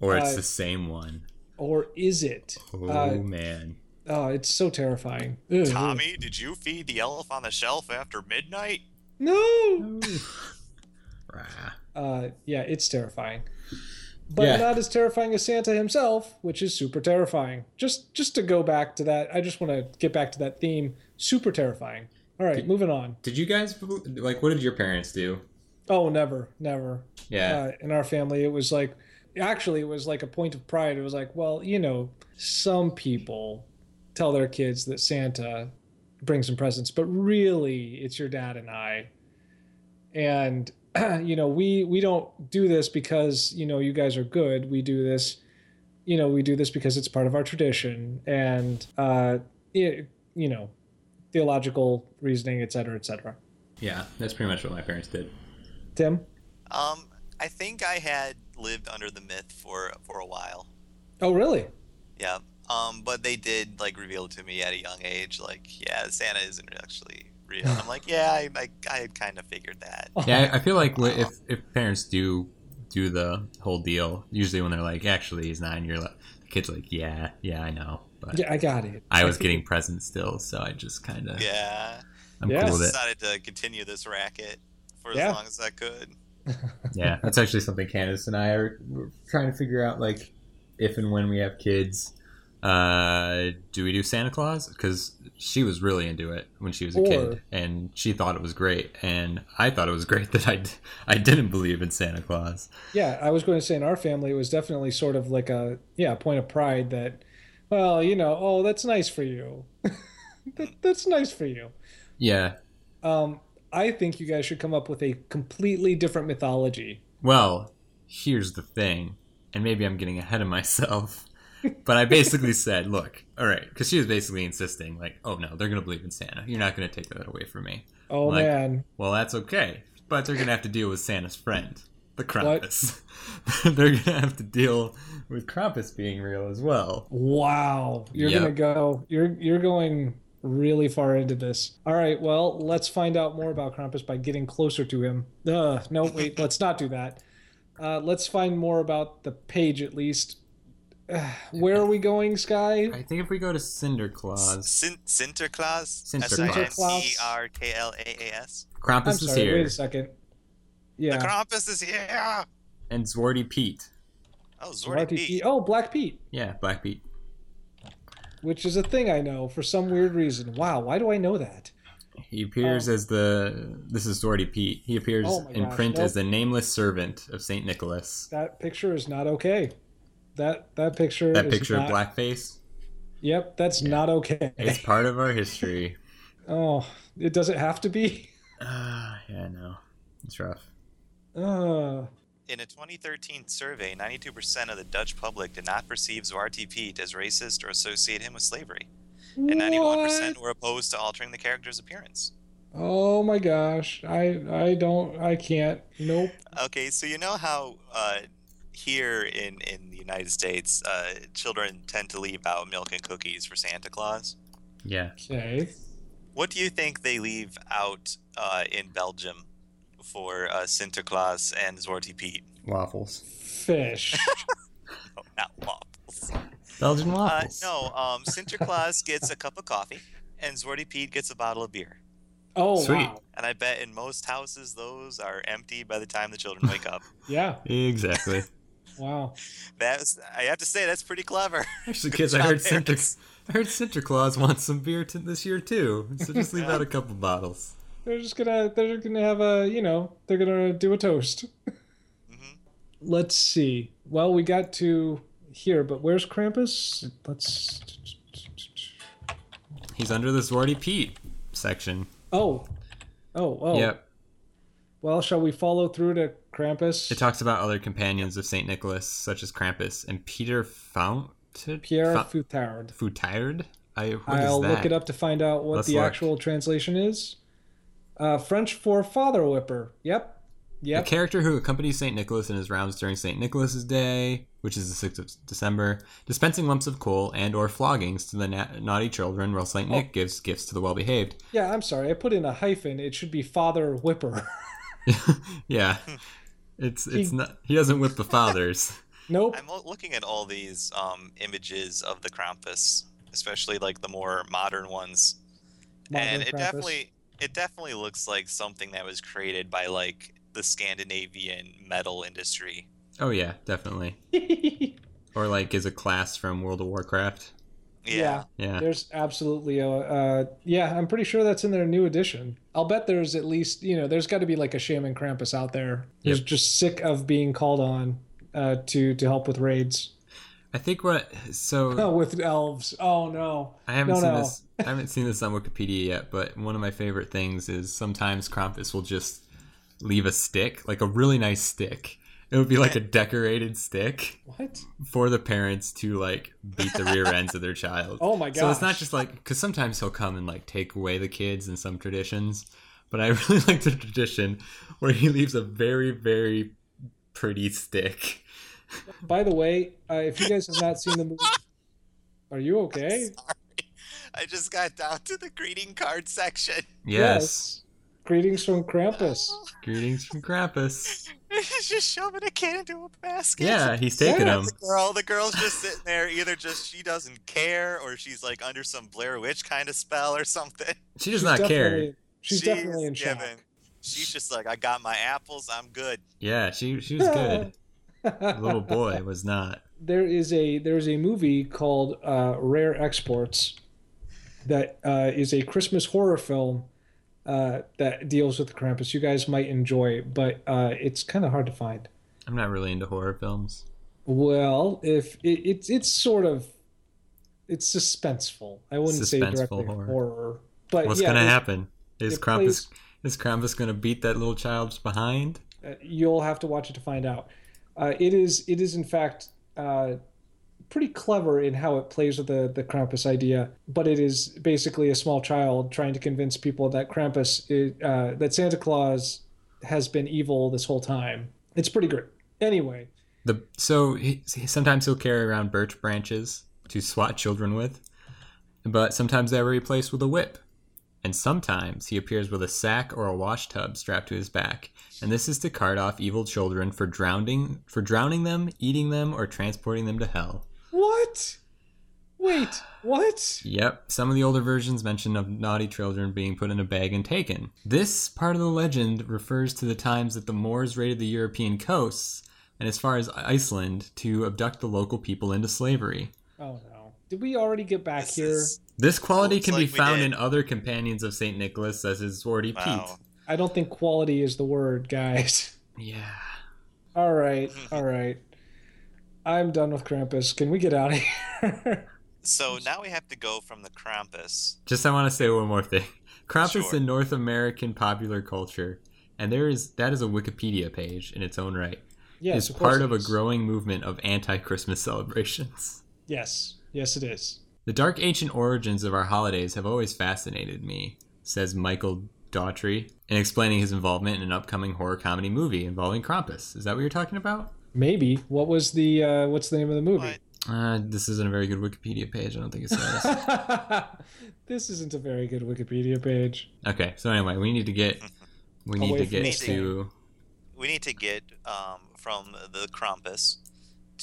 [SPEAKER 2] or it's
[SPEAKER 1] uh,
[SPEAKER 2] the same one.
[SPEAKER 1] Or is it?
[SPEAKER 2] Oh
[SPEAKER 1] uh,
[SPEAKER 2] man,
[SPEAKER 1] Oh, it's so terrifying. Ugh.
[SPEAKER 3] Uh, Tommy, did you feed the elf on the shelf after midnight?
[SPEAKER 1] No.
[SPEAKER 2] Rah.
[SPEAKER 1] Uh, yeah, it's terrifying. But
[SPEAKER 2] Yeah.
[SPEAKER 1] not as terrifying as Santa himself, which is super terrifying. Just just to go back to that, I just want to get back to that theme. Super terrifying. All right,
[SPEAKER 2] Did-
[SPEAKER 1] moving on.
[SPEAKER 2] Did you guys like? What did your parents do?
[SPEAKER 1] Oh, never, never.
[SPEAKER 2] Yeah,
[SPEAKER 1] Uh, in our family, it was like, actually, it was like a point of pride. It was like, well, you know, some people tell their kids that Santa brings them presents, but really, it's your dad and I. And *clears throat* you know, we we don't do this because you know you guys are good. We do this, you know, we do this because it's part of our tradition, and uh, it, you know, theological reasoning, et cetera, et cetera.
[SPEAKER 2] yeah. That's pretty much what my parents did.
[SPEAKER 1] Tim.
[SPEAKER 3] Um, I think I had lived under the myth for for a while.
[SPEAKER 1] Oh, really?
[SPEAKER 3] Yeah. Um, but they did like reveal to me at a young age, like, yeah, Santa isn't actually real. I'm like, yeah, I I, I had kind of figured that.
[SPEAKER 2] Yeah, I I feel like wh- if if parents do do the whole deal, usually when they're like, actually, he's not, and you're like, the kid's like, yeah, yeah, I know, but
[SPEAKER 1] Yeah, I got it.
[SPEAKER 2] I was getting presents still, so I just kind of
[SPEAKER 3] Yeah.
[SPEAKER 2] I'm
[SPEAKER 1] Yeah.
[SPEAKER 2] cool
[SPEAKER 3] I
[SPEAKER 2] with it.
[SPEAKER 3] decided to continue this racket for
[SPEAKER 1] Yeah.
[SPEAKER 3] as long as I could.
[SPEAKER 2] Yeah, that's actually something Candace and I are we're trying to figure out, like, if and when we have kids, uh, do we do Santa Claus? Because she was really into it when she was a
[SPEAKER 1] Or-
[SPEAKER 2] kid, and she thought it was great, and I thought it was great that I, d- I didn't believe in Santa Claus.
[SPEAKER 1] Yeah, I was going to say in our family it was definitely sort of like a yeah a point of pride that, well you know oh that's nice for you, *laughs* that, that's nice for you.
[SPEAKER 2] Yeah,
[SPEAKER 1] Um, I think you guys should come up with a completely different mythology.
[SPEAKER 2] Well, here's the thing, and maybe I'm getting ahead of myself, but I basically said, look, all right, because she was basically insisting, like, oh no, they're going to believe in Santa. You're not going to take that away from me.
[SPEAKER 1] Oh
[SPEAKER 2] Like-
[SPEAKER 1] man,
[SPEAKER 2] Well, that's okay, but they're going to have to deal with Santa's friend, the Krampus. *laughs* they're going to have to deal with Krampus being real as well.
[SPEAKER 1] wow, you're
[SPEAKER 2] Yep.
[SPEAKER 1] gonna go you're you're going really far into this. All right, well let's find out more about Krampus by getting closer to him. Ugh, no wait, *laughs* let's not do that. Uh, let's find more about the page at least. *sighs* Ugh, Where are we going, Sky?
[SPEAKER 2] I think if we go to Cinder Claus,
[SPEAKER 3] Sin- Sinterklaas?
[SPEAKER 2] Sinterklaas.
[SPEAKER 3] E S-I-N-E-R-K-L-A-A-S.
[SPEAKER 2] Krampus
[SPEAKER 1] I'm
[SPEAKER 2] is
[SPEAKER 1] sorry,
[SPEAKER 2] here,
[SPEAKER 1] wait a second. Yeah.
[SPEAKER 3] The Krampus is here!
[SPEAKER 2] and Zwarty Pete.
[SPEAKER 3] Oh, Zordy
[SPEAKER 1] Black Pete.
[SPEAKER 3] Pete.
[SPEAKER 1] Oh, Black Pete.
[SPEAKER 2] Yeah, Black Pete.
[SPEAKER 1] which is a thing I know for some weird reason. Wow, why do I know that?
[SPEAKER 2] He appears as the. This is already Pete. He appears
[SPEAKER 1] Oh my
[SPEAKER 2] in
[SPEAKER 1] gosh,
[SPEAKER 2] print
[SPEAKER 1] nope.
[SPEAKER 2] as the nameless servant of Saint Nicholas.
[SPEAKER 1] That picture is not okay. That that picture.
[SPEAKER 2] That
[SPEAKER 1] is
[SPEAKER 2] picture
[SPEAKER 1] not-
[SPEAKER 2] of
[SPEAKER 1] *laughs*
[SPEAKER 2] blackface
[SPEAKER 1] Yep, that's not okay.
[SPEAKER 2] is part of our history. *sighs*
[SPEAKER 1] Oh, it doesn't have to be. *laughs*
[SPEAKER 2] Ah, yeah, I know. It's rough.
[SPEAKER 1] Uh,
[SPEAKER 3] In a 2013 survey, 92% of the Dutch public did not perceive Zwarte Piet as racist or associate him with slavery, and 91%
[SPEAKER 1] what?
[SPEAKER 3] were opposed to altering the character's appearance.
[SPEAKER 1] Oh my gosh, I I don't I can't. Nope.
[SPEAKER 3] Okay, so you know how uh, here in, in the United States, uh, children tend to leave out milk and cookies for Santa Claus?
[SPEAKER 2] Yeah.
[SPEAKER 1] Okay.
[SPEAKER 3] What do you think they leave out uh, in Belgium for uh, Sinterklaas and Zwarte Piet?
[SPEAKER 2] Waffles. *laughs*
[SPEAKER 1] Fish.
[SPEAKER 3] Oh, not waffles.
[SPEAKER 2] Belgian
[SPEAKER 3] Uh,
[SPEAKER 2] waffles.
[SPEAKER 3] no, um, Sinterklaas gets a cup of coffee, and Zwarte Piet gets a bottle of beer.
[SPEAKER 1] Oh
[SPEAKER 2] Sweet.
[SPEAKER 1] wow.
[SPEAKER 3] And I bet in most houses those are empty by the time the children wake up.
[SPEAKER 1] Yeah.
[SPEAKER 2] Exactly.
[SPEAKER 1] Wow.
[SPEAKER 3] That's I have to say that's pretty clever. *laughs*
[SPEAKER 2] Actually, kids,
[SPEAKER 3] Good
[SPEAKER 2] I
[SPEAKER 3] job,
[SPEAKER 2] heard Santa,
[SPEAKER 3] parents.
[SPEAKER 2] I heard Santa Claus wants some beer t- this year too. So just leave out a couple bottles.
[SPEAKER 1] They're just gonna they're gonna have a you know they're gonna do a toast. *laughs*
[SPEAKER 2] Mm-hmm.
[SPEAKER 3] hmm
[SPEAKER 1] Let's see. Well, we got to here, but where's Krampus? Let's.
[SPEAKER 2] He's under the Swarty Pete section.
[SPEAKER 1] Oh. Oh. Oh.
[SPEAKER 2] Yep.
[SPEAKER 1] Well, shall we follow through to Krampus?
[SPEAKER 2] It talks about other companions of Saint Nicholas, such as Krampus and Peter Fount.
[SPEAKER 1] Pierre
[SPEAKER 2] Fou-
[SPEAKER 1] Futard.
[SPEAKER 2] Futard. I. what is
[SPEAKER 1] I'll
[SPEAKER 2] that?
[SPEAKER 1] look it up to find out what
[SPEAKER 2] Let's
[SPEAKER 1] the
[SPEAKER 2] look.
[SPEAKER 1] actual translation is. Uh, French for father whipper. Yep.
[SPEAKER 2] The
[SPEAKER 1] Yep.
[SPEAKER 2] character who accompanies St. Nicholas in his rounds during St. Nicholas's Day, which is the 6th of December, dispensing lumps of coal and or floggings to the na- naughty children while
[SPEAKER 1] Oh.
[SPEAKER 2] St. Nick gives gifts to the well-behaved.
[SPEAKER 1] Yeah, I'm sorry. I put in a hyphen. It should be father whipper. *laughs*
[SPEAKER 2] yeah.
[SPEAKER 1] Hmm.
[SPEAKER 2] It's it's
[SPEAKER 1] He-
[SPEAKER 2] not he doesn't whip the fathers. *laughs*
[SPEAKER 1] nope.
[SPEAKER 3] I'm lo- looking at all these um, images of the Krampus, especially like the more modern ones,
[SPEAKER 1] Modern
[SPEAKER 3] and it
[SPEAKER 1] Krampus.
[SPEAKER 3] definitely it definitely looks like something that was created by like the Scandinavian metal industry.
[SPEAKER 2] oh yeah, definitely. Or like is a class from World of Warcraft.
[SPEAKER 1] yeah.
[SPEAKER 2] Yeah.
[SPEAKER 1] *laughs* There's absolutely a uh, yeah. I'm pretty sure that's in their new edition. I'll bet there's at least you know there's got to be like a shaman Krampus out there who's
[SPEAKER 2] Yep.
[SPEAKER 1] just sick of being called on uh, to to help with raids *laughs*
[SPEAKER 2] I think what so
[SPEAKER 1] oh, with elves. Oh no.
[SPEAKER 2] I haven't
[SPEAKER 1] No,
[SPEAKER 2] seen
[SPEAKER 1] no.
[SPEAKER 2] this. I haven't seen this on Wikipedia yet, but one of my favorite things is sometimes Krampus will just leave a stick, like a really nice stick. It would be
[SPEAKER 1] *laughs*
[SPEAKER 2] like a decorated stick
[SPEAKER 1] What?
[SPEAKER 2] for the parents to like beat the rear ends of their child.
[SPEAKER 1] Oh my god.
[SPEAKER 2] so it's not just like because sometimes he'll come and like take away the kids in some traditions, but I *laughs* really like the tradition where he leaves a very very pretty stick.
[SPEAKER 1] By the way, uh, if you guys have not seen the movie, are you okay?
[SPEAKER 3] I just got down to the greeting card section. *laughs*
[SPEAKER 2] Yes,
[SPEAKER 1] Greetings from Krampus.
[SPEAKER 2] greetings from Krampus.
[SPEAKER 1] *laughs*
[SPEAKER 3] He's just shoving a kid into a basket.
[SPEAKER 2] Yeah, he's taking
[SPEAKER 1] Yeah.
[SPEAKER 2] them.
[SPEAKER 3] The girl, the girl's just sitting there. Either just she doesn't care, or she's like under some Blair Witch kind of spell or something.
[SPEAKER 2] She does not care.
[SPEAKER 1] definitely- She's, definitely in shock.
[SPEAKER 3] given- She's just like, I got my apples. I'm good.
[SPEAKER 2] Yeah, she she was good. The *laughs* little boy was not.
[SPEAKER 1] *laughs* there is a there's a movie called uh, Rare Exports that uh, is a Christmas horror film uh, that deals with Krampus. You guys might enjoy, but uh, it's kind of hard to find.
[SPEAKER 2] I'm not really into horror films.
[SPEAKER 1] Well, if it, it's it's sort of it's suspenseful. I wouldn't say
[SPEAKER 2] Suspenseful
[SPEAKER 1] directly
[SPEAKER 2] horror.
[SPEAKER 1] horror. but
[SPEAKER 2] What's
[SPEAKER 1] Uh, yeah,
[SPEAKER 2] gonna
[SPEAKER 1] there's-
[SPEAKER 2] happen? Is
[SPEAKER 1] it
[SPEAKER 2] Krampus is Krampus gonna beat that little child's behind?
[SPEAKER 1] Uh, you'll have to watch it to find out. Uh, it is it is in fact uh, pretty clever in how it plays with the the Krampus idea, but it is basically a small child trying to convince people that Krampus is, uh, that Santa Claus has been evil this whole time. It's pretty great. Anyway,
[SPEAKER 2] The so he, sometimes he'll carry around birch branches to swat children with, but sometimes they were replaced with a whip, and sometimes he appears with a sack or a wash tub strapped to his back, and this is to cart off evil children for drowning for drowning them, eating them, or transporting them to hell.
[SPEAKER 1] what? Wait, what?
[SPEAKER 2] Yep, some of the older versions mention of naughty children being put in a bag and taken. This part of the legend refers to the times that the Moors raided the European coasts and as far as Iceland to abduct the local people into slavery.
[SPEAKER 1] Oh no! Did we already get back
[SPEAKER 3] This
[SPEAKER 1] here?
[SPEAKER 3] is-
[SPEAKER 2] This quality
[SPEAKER 3] Looks
[SPEAKER 2] can
[SPEAKER 3] like
[SPEAKER 2] be
[SPEAKER 3] we
[SPEAKER 2] found
[SPEAKER 3] did.
[SPEAKER 2] in other companions of Saint Nicholas, as his sword he
[SPEAKER 3] wow.
[SPEAKER 1] I don't think quality is the word, guys. *laughs*
[SPEAKER 2] Pete. Yeah.
[SPEAKER 1] All
[SPEAKER 3] *laughs*
[SPEAKER 1] right, all right. I'm done with Krampus. Can we get out of here? *laughs*
[SPEAKER 3] So now we have to go from the Krampus.
[SPEAKER 2] Just I want to say one more thing. *laughs* Krampus
[SPEAKER 3] Sure.
[SPEAKER 2] in North American popular culture, and there is that is a Wikipedia page in its own right.
[SPEAKER 1] yes,
[SPEAKER 2] is
[SPEAKER 1] of course
[SPEAKER 2] part
[SPEAKER 1] it
[SPEAKER 2] of a
[SPEAKER 1] is.
[SPEAKER 2] growing movement of anti-Christmas celebrations.
[SPEAKER 1] Yes, yes, it is.
[SPEAKER 2] The dark ancient origins of our holidays have always fascinated me, says Michael Daughtry in explaining his involvement in an upcoming horror comedy movie involving Krampus. Is that what you're talking about?
[SPEAKER 1] Maybe. What was the uh, what's the name of the movie?
[SPEAKER 3] But
[SPEAKER 2] Uh, this isn't a very good Wikipedia page. I don't think it says.
[SPEAKER 1] *laughs* this isn't a very good Wikipedia page.
[SPEAKER 2] *laughs* okay, so anyway, we need to get we need
[SPEAKER 1] Away
[SPEAKER 2] to
[SPEAKER 1] from
[SPEAKER 2] get
[SPEAKER 3] this thing.
[SPEAKER 2] to
[SPEAKER 3] we need to get um, from the Krampus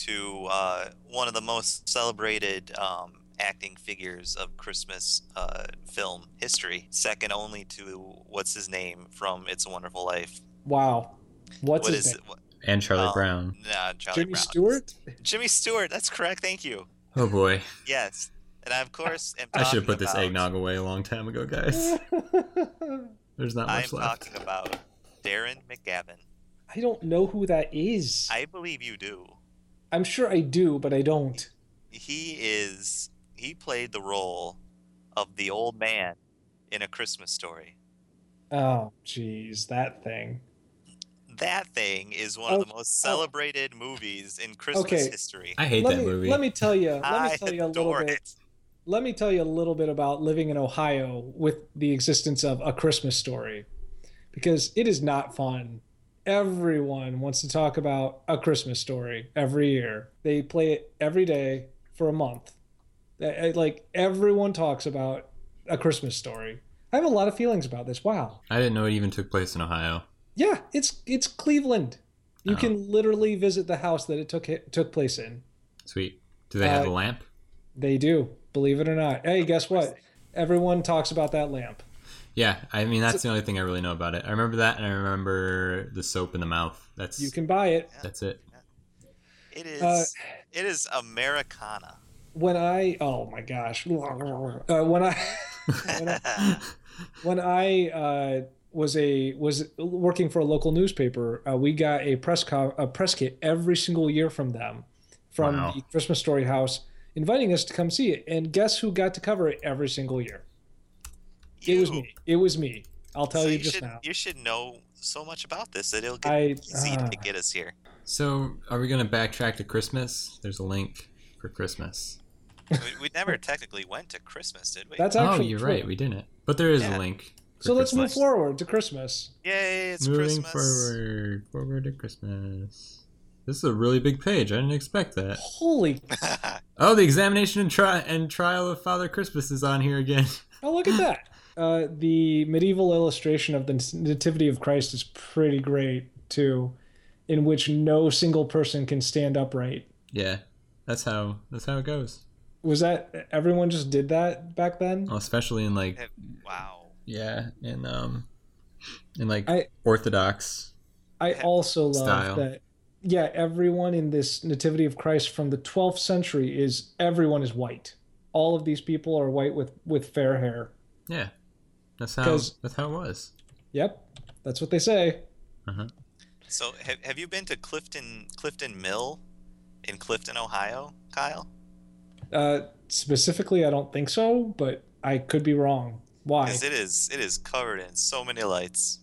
[SPEAKER 3] to uh, one of the most celebrated um, acting figures of Christmas uh, film history, second only to what's his name from It's a Wonderful Life.
[SPEAKER 1] Wow. What's
[SPEAKER 3] What
[SPEAKER 1] his
[SPEAKER 3] is
[SPEAKER 1] name?
[SPEAKER 3] it? What-
[SPEAKER 2] and Charlie
[SPEAKER 1] Oh.
[SPEAKER 3] um,
[SPEAKER 2] Brown.
[SPEAKER 3] Nah, Charlie
[SPEAKER 1] Jimmy
[SPEAKER 3] Brown.
[SPEAKER 1] Stewart?
[SPEAKER 3] Jimmy Stewart. That's correct. Thank you.
[SPEAKER 2] Oh boy,
[SPEAKER 3] Yes, and I of course am.
[SPEAKER 2] I should have
[SPEAKER 3] talking
[SPEAKER 2] put this
[SPEAKER 3] about-
[SPEAKER 2] eggnog away a long time
[SPEAKER 1] *laughs*
[SPEAKER 2] ago, guys.
[SPEAKER 3] *laughs*
[SPEAKER 2] There's not
[SPEAKER 3] I'm
[SPEAKER 2] much left.
[SPEAKER 3] talking about Darren McGavin.
[SPEAKER 1] I don't know who that is. I,
[SPEAKER 3] I believe you do.
[SPEAKER 1] am sure I do, but I don't.
[SPEAKER 3] he is he played the role of the old man in a christmas story
[SPEAKER 1] Oh, jeez, that thing.
[SPEAKER 3] that thing is one of the most celebrated movies in christmas
[SPEAKER 1] uh, Okay.
[SPEAKER 3] history
[SPEAKER 2] I hate
[SPEAKER 1] let
[SPEAKER 2] that
[SPEAKER 1] me
[SPEAKER 2] movie.
[SPEAKER 1] let me tell you. Let
[SPEAKER 3] i
[SPEAKER 1] me tell you a little
[SPEAKER 3] adore
[SPEAKER 1] bit.
[SPEAKER 3] it
[SPEAKER 1] Let me tell you a little bit about living in Ohio with the existence of A Christmas Story, because it is not fun. Everyone wants to talk about A Christmas Story every year. They play it every day for a month. Eh, eh, Like everyone talks about A Christmas Story. I have a lot of feelings about this. Wow.
[SPEAKER 2] I didn't know it even took place in Ohio.
[SPEAKER 1] Yeah, it's it's Cleveland. You
[SPEAKER 2] Oh.
[SPEAKER 1] can literally visit the house that it took it took place in.
[SPEAKER 2] Sweet. Do they have
[SPEAKER 1] Uh,
[SPEAKER 2] a lamp?
[SPEAKER 1] They do, believe it or not. Hey, guess what? Everyone talks about that lamp.
[SPEAKER 2] Yeah, I mean that's the only thing I really know about it. I remember that, and I remember the soap in the mouth. That's
[SPEAKER 1] You can buy it.
[SPEAKER 2] that's it.
[SPEAKER 3] it is
[SPEAKER 1] Uh,
[SPEAKER 3] it is americana
[SPEAKER 1] When I oh my gosh, *laughs* uh, when I *laughs* when I,
[SPEAKER 3] *laughs*
[SPEAKER 1] *laughs* when I uh, was a was working for a local newspaper, uh, we got a press co- a press kit every single year from them, from
[SPEAKER 2] Wow.
[SPEAKER 1] the Christmas Story House, inviting us to come see it. And guess who got to cover it every single year? It was
[SPEAKER 3] You.
[SPEAKER 1] me. It was me. I'll tell
[SPEAKER 3] So
[SPEAKER 1] you just
[SPEAKER 3] should,
[SPEAKER 1] now.
[SPEAKER 3] you should know so much about this that it'll get
[SPEAKER 1] I
[SPEAKER 3] easy
[SPEAKER 1] ah,
[SPEAKER 3] to get
[SPEAKER 1] *laughs*
[SPEAKER 3] us here
[SPEAKER 2] So, are we gonna backtrack to Christmas? There's a link for Christmas.
[SPEAKER 3] we, we never technically went to christmas did we
[SPEAKER 1] that's
[SPEAKER 2] Oh,
[SPEAKER 1] actually
[SPEAKER 2] you're
[SPEAKER 1] true.
[SPEAKER 2] right. We didn't. But there is a
[SPEAKER 3] Yeah.
[SPEAKER 2] link. for
[SPEAKER 1] So let's move
[SPEAKER 2] Christmas.
[SPEAKER 1] forward to Christmas.
[SPEAKER 3] yay it's
[SPEAKER 2] Moving
[SPEAKER 3] christmas
[SPEAKER 2] forward, forward to Christmas. This is a really big page. I didn't expect that.
[SPEAKER 1] Holy!
[SPEAKER 2] Oh, the examination and trial and trial of Father Christmas is on here again. *laughs*
[SPEAKER 1] Oh, look at that. Uh, the medieval illustration of the Nativity of Christ is pretty great too, in which no single person can stand upright.
[SPEAKER 2] yeah, that's how that's how it goes.
[SPEAKER 1] Was that everyone just did that back then?
[SPEAKER 2] Well, especially in like
[SPEAKER 3] *laughs* wow
[SPEAKER 2] Yeah, and um, and like
[SPEAKER 1] I-
[SPEAKER 2] Orthodox.
[SPEAKER 1] I also love
[SPEAKER 2] Style.
[SPEAKER 1] that. Yeah, everyone in this Nativity of Christ from the 12th century is everyone is white. All of these people are white with with fair hair.
[SPEAKER 2] Yeah, that's how
[SPEAKER 1] 'Cause-
[SPEAKER 2] that's how it was.
[SPEAKER 1] Yep, that's what they say.
[SPEAKER 3] So have, have you been to Clifton Clifton Mill in Clifton, Ohio, Kyle?
[SPEAKER 1] Uh, specifically, I don't think so, but I could be wrong. Why?
[SPEAKER 3] Because it is it is covered in so many lights.